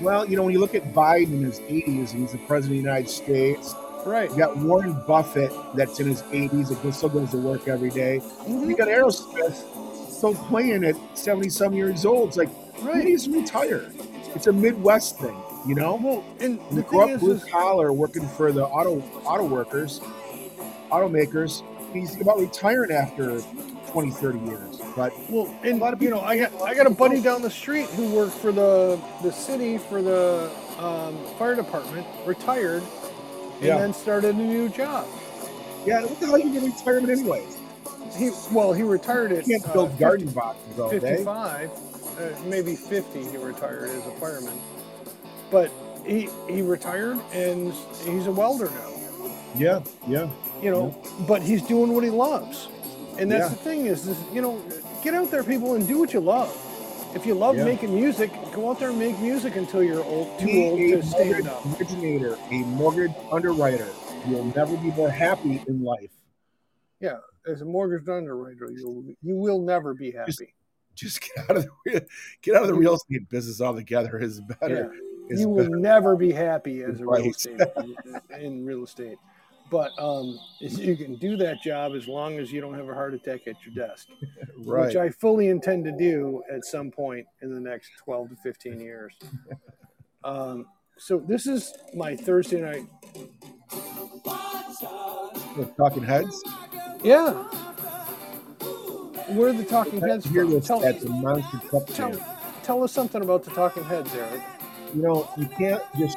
[SPEAKER 7] well, you know, when you look at Biden in his 80s and he's the president of the United States,
[SPEAKER 2] Right.
[SPEAKER 7] you got Warren Buffett that's in his 80s that goes- still goes to work every day. You
[SPEAKER 2] Mhm.
[SPEAKER 7] got Aerosmith still playing at 70 some years old. It's like who
[SPEAKER 2] Right.
[SPEAKER 7] needs to retire? It's a Midwest thing, you know.
[SPEAKER 2] Well, and
[SPEAKER 7] We
[SPEAKER 2] the
[SPEAKER 7] grew
[SPEAKER 2] thing
[SPEAKER 7] up
[SPEAKER 2] is,
[SPEAKER 7] blue
[SPEAKER 2] is
[SPEAKER 7] collar, working for the auto auto workers, automakers. He's about retiring after 20, 30 years. But
[SPEAKER 2] Well, and
[SPEAKER 7] lot of
[SPEAKER 2] you know, I got I got a buddy down the street who worked for the the city for the um, fire department, retired, and
[SPEAKER 7] Yeah.
[SPEAKER 2] then started a new job.
[SPEAKER 7] yeah, what the hell are you doing retirement anyways?
[SPEAKER 2] He well, he retired
[SPEAKER 7] You
[SPEAKER 2] at
[SPEAKER 7] can't
[SPEAKER 2] uh,
[SPEAKER 7] build eh? garden boxes all day.
[SPEAKER 2] fifty-five, uh, maybe fifty. He retired as a fireman, but he he retired and he's a welder now.
[SPEAKER 7] Yeah, yeah.
[SPEAKER 2] you know but he's doing what he loves and that's
[SPEAKER 7] Yeah.
[SPEAKER 2] the thing is, is you know get out there people and do what you love if you love
[SPEAKER 7] Yeah.
[SPEAKER 2] making music go out there and make music until you're old too
[SPEAKER 7] Be
[SPEAKER 2] old
[SPEAKER 7] a
[SPEAKER 2] to stand
[SPEAKER 7] mortgage
[SPEAKER 2] up
[SPEAKER 7] originator, a mortgage underwriter. You'll never be more happy in life.
[SPEAKER 2] yeah as a mortgage underwriter you'll you will never be happy
[SPEAKER 7] Just Just get out of the re- get out of the real estate business altogether is better.
[SPEAKER 2] Yeah.
[SPEAKER 7] Is
[SPEAKER 2] you will
[SPEAKER 7] better.
[SPEAKER 2] never be happy as a real
[SPEAKER 7] advice.
[SPEAKER 2] estate in real estate but um, you can do that job as long as you don't have a heart attack at your desk
[SPEAKER 7] right.
[SPEAKER 2] which I fully intend to do at some point in the next 12 to 15 years. Um, so this is my Thursday night.
[SPEAKER 7] With Talking Heads.
[SPEAKER 2] Yeah. Where are the Talking Heads
[SPEAKER 7] Here
[SPEAKER 2] from?
[SPEAKER 7] was
[SPEAKER 2] Tell,
[SPEAKER 7] at the Monster Cup
[SPEAKER 2] tell,
[SPEAKER 7] Jam.
[SPEAKER 2] tell us something about the Talking Heads, Eric.
[SPEAKER 7] You know, you can't just.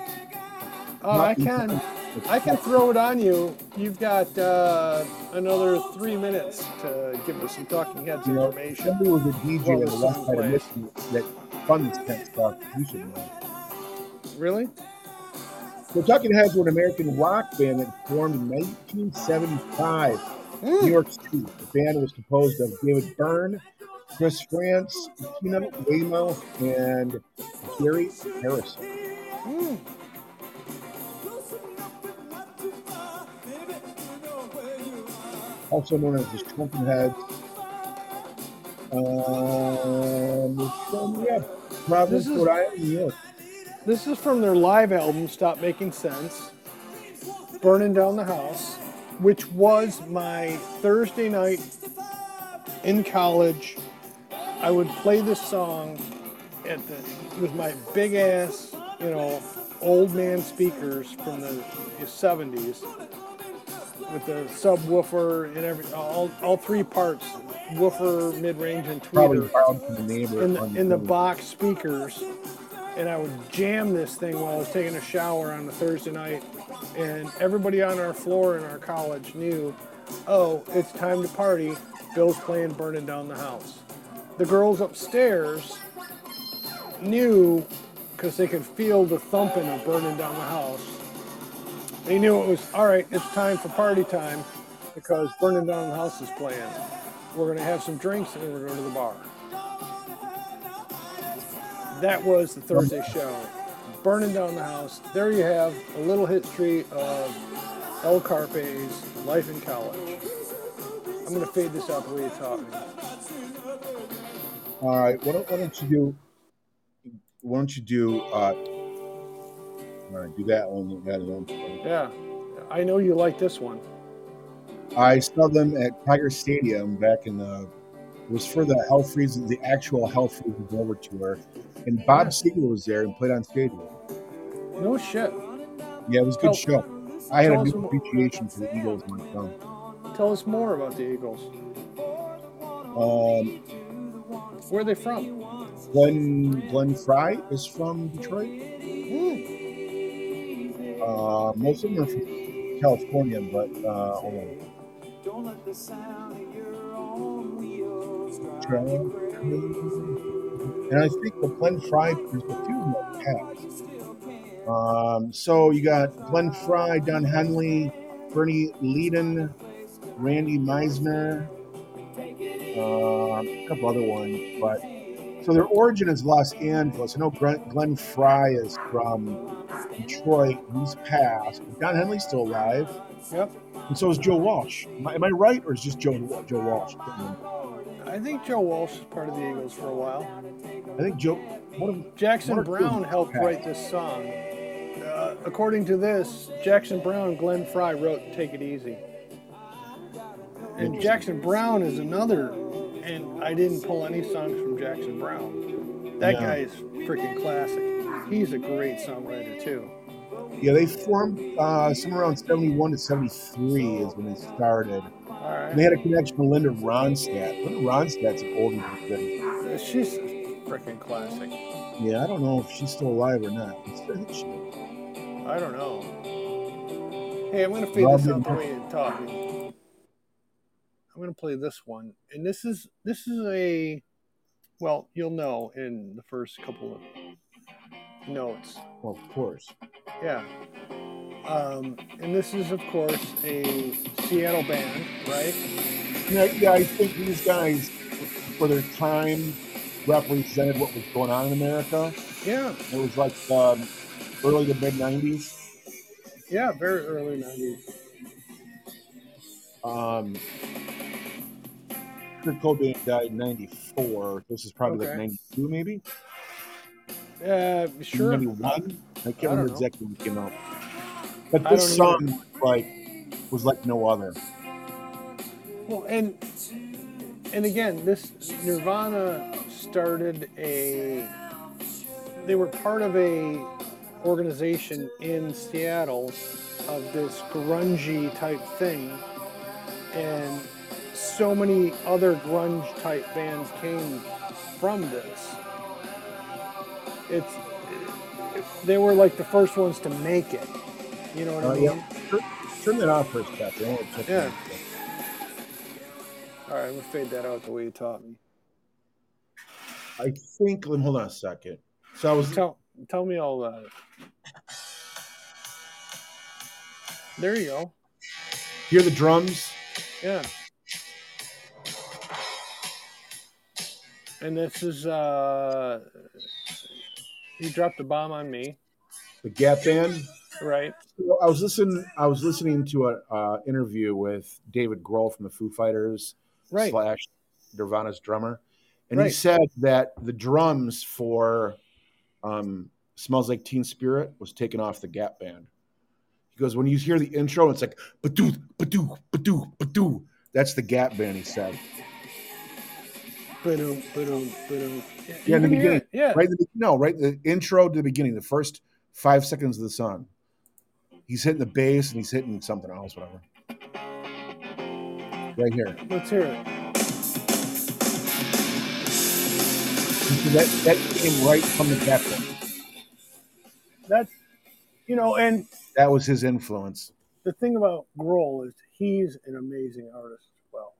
[SPEAKER 2] Oh, I can. I can throw it on you. You've got uh, another three minutes to give us some Talking Heads
[SPEAKER 7] You know,
[SPEAKER 2] information.
[SPEAKER 7] somebody was a DJ
[SPEAKER 2] Well,
[SPEAKER 7] on the
[SPEAKER 2] this
[SPEAKER 7] west
[SPEAKER 2] song
[SPEAKER 7] side of
[SPEAKER 2] plays.
[SPEAKER 7] Michigan that fun this kind of stuff. You should know.
[SPEAKER 2] Really?
[SPEAKER 7] So Talking Heads were an American rock band that formed in 1975.
[SPEAKER 2] Hmm.
[SPEAKER 7] New York City. The band was composed of David Byrne, Chris France, Tina Waymo, and Gary Harrison.
[SPEAKER 2] Mm.
[SPEAKER 7] also known as the Shrunken Head. Um, from, yeah, Providence,
[SPEAKER 2] This is-
[SPEAKER 7] Rhode Island, New York.
[SPEAKER 2] This is from their live album, Stop Making Sense, Burning Down the House, which was my Thursday night in college. I would play this song at the with my big ass, you know, old man speakers from the 70s. with the subwoofer and every all, all three parts woofer mid-range and
[SPEAKER 7] Probably
[SPEAKER 2] tweeter
[SPEAKER 7] borrowed from the neighbor.
[SPEAKER 2] in the,
[SPEAKER 7] on
[SPEAKER 2] in the
[SPEAKER 7] road.
[SPEAKER 2] box speakers and I would jam this thing while I was taking a shower on a Thursday night and everybody on our floor in our college knew oh it's time to party Bill's playing burning down the house the girls upstairs knew because they could feel the thumping of burning down the house they knew it was all right it's time for party time because burning down the house is playing we're going to have some drinks and then we're going to the bar that was the thursday show burning down the house there you have a little history of el carpe's life in college i'm going to fade this out the way you taught me
[SPEAKER 7] All right. Why don't, why don't you do? Why don't you do? Uh, all right, do that one. That one.
[SPEAKER 2] yeah i know you like this one
[SPEAKER 7] I saw them at Tiger Stadium back in the. It was for the Hell Freezes, the actual Hell Freezes Over tour, and Bob Seger was there and played on stage. with them.
[SPEAKER 2] no shit
[SPEAKER 7] Yeah, it was a good
[SPEAKER 2] Tell-
[SPEAKER 7] show. I had a
[SPEAKER 2] Oh. tell us
[SPEAKER 7] new
[SPEAKER 2] more-
[SPEAKER 7] appreciation for the Eagles when I saw 'em.
[SPEAKER 2] tell us more about the eagles
[SPEAKER 7] Um,
[SPEAKER 2] where are they from
[SPEAKER 7] Glenn Glenn Fry is from Detroit.
[SPEAKER 2] Hmm.
[SPEAKER 7] Uh, most of them are from California, but uh, hold on. Trying to- And I think with Glenn Fry, there's a few of them that passed. Um, so you got Glenn Fry, Don Henley, Bernie Leadon, Randy Meisner, um, a couple other ones. But so their origin is Los Angeles. I know Glenn, Glenn Fry is from Detroit. He's passed, but Don Henley's still alive,
[SPEAKER 2] yep
[SPEAKER 7] and so is Joe Walsh. Am I, am I right, or is just Joe Joe Walsh? I can't remember.
[SPEAKER 2] i think joe walsh was part of the eagles for a while
[SPEAKER 7] I think Joe. One of
[SPEAKER 2] Jackson
[SPEAKER 7] One or two.
[SPEAKER 2] Brown helped
[SPEAKER 7] Okay.
[SPEAKER 2] write this song. Uh, according to this, Jackson Brown, Glenn Fry wrote "Take It Easy," and
[SPEAKER 7] Interesting.
[SPEAKER 2] Jackson Brown is another. And I didn't pull any songs from Jackson Brown. That
[SPEAKER 7] No.
[SPEAKER 2] guy is freaking classic. He's a great songwriter too.
[SPEAKER 7] Yeah, they formed uh, somewhere around 71 to 73 is when they started.
[SPEAKER 2] All
[SPEAKER 7] And they had
[SPEAKER 2] right,
[SPEAKER 7] a connection with Linda Ronstadt. Linda Ronstadt's an older than
[SPEAKER 2] she's freaking classic.
[SPEAKER 7] Yeah, I don't know if she's still alive or not. I think she is.
[SPEAKER 2] I don't know. Hey, I'm gonna fade
[SPEAKER 7] Rob
[SPEAKER 2] this out
[SPEAKER 7] didn't-
[SPEAKER 2] the way you're talking. I'm gonna play this one, and this is this is a well, you'll know in the first couple of notes.
[SPEAKER 7] Well, of course.
[SPEAKER 2] Yeah. Um, and this is, of course, a Seattle band, right?
[SPEAKER 7] Yeah, yeah, I think these guys, for their time, represented what was going on in America.
[SPEAKER 2] Yeah,
[SPEAKER 7] It was like um, early to mid 90s.
[SPEAKER 2] yeah, very early 90s.
[SPEAKER 7] Um, Kurt Cobain died in 94. This is probably like
[SPEAKER 2] Okay.
[SPEAKER 7] 92, maybe?
[SPEAKER 2] Uh, sure.
[SPEAKER 7] 91. I
[SPEAKER 2] I
[SPEAKER 7] can't
[SPEAKER 2] don't
[SPEAKER 7] remember
[SPEAKER 2] know.
[SPEAKER 7] exactly when it came out. But
[SPEAKER 2] I
[SPEAKER 7] this song
[SPEAKER 2] don't either.
[SPEAKER 7] like was like no other.
[SPEAKER 2] Well, and and again, this Nirvana started a. They were part of a organization in Seattle of this grungy type thing, and so many other grunge type bands came from this. It's they were like the first ones to make it. You know what
[SPEAKER 7] Uh,
[SPEAKER 2] I mean?
[SPEAKER 7] yeah. Turn, turn that off for a second. I wanna check
[SPEAKER 2] Yeah.
[SPEAKER 7] that.
[SPEAKER 2] All right, I'm gonna fade that out the way you taught me.
[SPEAKER 7] I think. Let me hold on a second. So I was.
[SPEAKER 2] Tell tell me all about it. There you go.
[SPEAKER 7] Hear the drums.
[SPEAKER 2] Yeah. And this is uh you dropped a bomb on me,
[SPEAKER 7] The Gap Band.
[SPEAKER 2] right?
[SPEAKER 7] So I was listening. I was listening to an uh, interview with David Grohl from the Foo Fighters
[SPEAKER 2] Right.
[SPEAKER 7] slash Nirvana's drummer, and he
[SPEAKER 2] Right.
[SPEAKER 7] said that the drums for um, "Smells Like Teen Spirit" was taken off the Gap Band. He goes, when you hear the intro, it's like ba-doo, ba-doo, ba-doo, ba-doo. That's the Gap Band. He said,
[SPEAKER 2] Ba-dum, ba-dum, ba-dum. Yeah,
[SPEAKER 7] Yeah,
[SPEAKER 2] you can hear
[SPEAKER 7] in the beginning,
[SPEAKER 2] it. Yeah.
[SPEAKER 7] right? The, no, right. The intro to the beginning, the first five seconds of the song. He's hitting the bass and he's hitting something else, whatever. right here.
[SPEAKER 2] Let's hear it.
[SPEAKER 7] That that came right from the Zeppelin.
[SPEAKER 2] That's, you know, and
[SPEAKER 7] That was his influence.
[SPEAKER 2] the thing about Grohl is he's an amazing artist as well.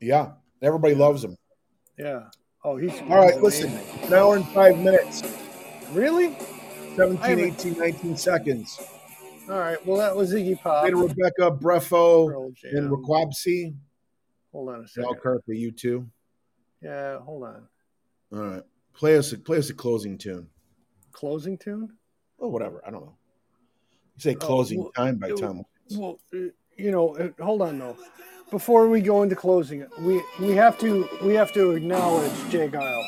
[SPEAKER 7] Yeah, everybody loves him.
[SPEAKER 2] Yeah. Oh, he's
[SPEAKER 7] All right, listen, an hour and five minutes,
[SPEAKER 2] Really?
[SPEAKER 7] 17, 18, 19 seconds.
[SPEAKER 2] All right. Well, that was Iggy Pop.
[SPEAKER 7] Then Rebecca Breffo
[SPEAKER 2] Pearl Jam.
[SPEAKER 7] and Raquabsi.
[SPEAKER 2] Hold on a
[SPEAKER 7] Al
[SPEAKER 2] second.
[SPEAKER 7] Kirkley, you two.
[SPEAKER 2] Yeah, hold on.
[SPEAKER 7] All right, play us a, play us a closing tune.
[SPEAKER 2] Closing tune?
[SPEAKER 7] Oh, whatever. I don't know. You say
[SPEAKER 2] Oh,
[SPEAKER 7] closing
[SPEAKER 2] well,
[SPEAKER 7] time by
[SPEAKER 2] it-
[SPEAKER 7] Tom.
[SPEAKER 2] Well, uh, you know, uh, hold on though. Before we go into closing, we we have to we have to acknowledge Jay Giles.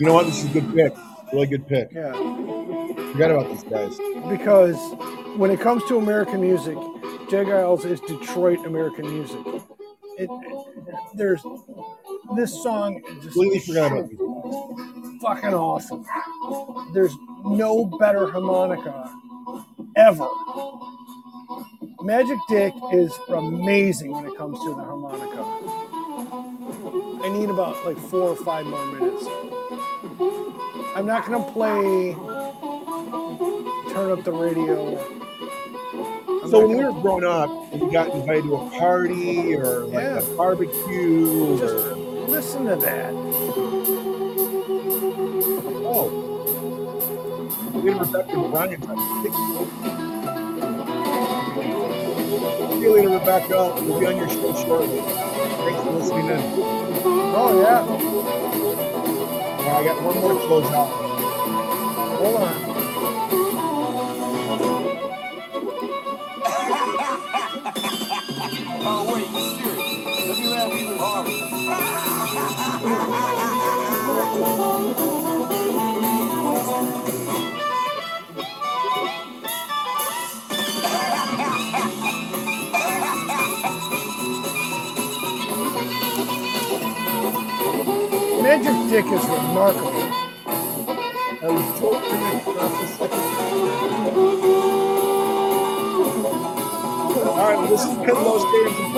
[SPEAKER 7] You know what? This is a good pick. Really good pick.
[SPEAKER 2] Yeah,
[SPEAKER 7] Forgot about these guys.
[SPEAKER 2] because when it comes to American music, Jay Giles is Detroit American music. It, it- there's this song is just
[SPEAKER 7] Completely forgot about these.
[SPEAKER 2] fucking awesome. There's no better harmonica ever. Magic Dick is amazing when it comes to the harmonica. I need about like four or five more minutes. I'm not gonna play Turn Up the Radio. I'm not
[SPEAKER 7] So when we
[SPEAKER 2] gonna-
[SPEAKER 7] were growing up and we got invited to a party or like
[SPEAKER 2] Yeah.
[SPEAKER 7] a barbecue, or-
[SPEAKER 2] Just listen to that.
[SPEAKER 7] oh, we had Rebecca Bryan. See you later, Rebecca. We'll be on your show shortly. Thanks for listening in.
[SPEAKER 2] Oh yeah.
[SPEAKER 7] Well, I got one more close out.
[SPEAKER 2] Hold on.
[SPEAKER 9] Oh, wait, you serious? Let me laugh even harder.
[SPEAKER 2] Magic Dick is remarkable.
[SPEAKER 7] I was joking about the second. All right, well, this is Penlow Standards and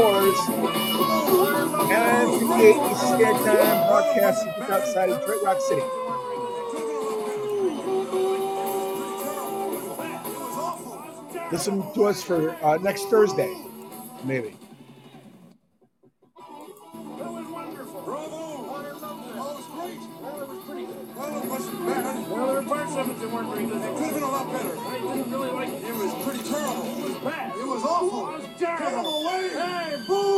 [SPEAKER 7] Corners. And 58 is Standard Time, broadcasting from outside of Detroit Rock City. Listen to us for uh, next Thursday, maybe.
[SPEAKER 8] That was wonderful. Bravo! I loved it. Oh, it was great. Well, it was pretty good. Well, it wasn't bad. Well, there were parts of it that weren't very good. It could have been a lot better. I didn't really like it. It was pretty terrible. It was bad. It was awful. It was terrible. Get away! Hey, boo!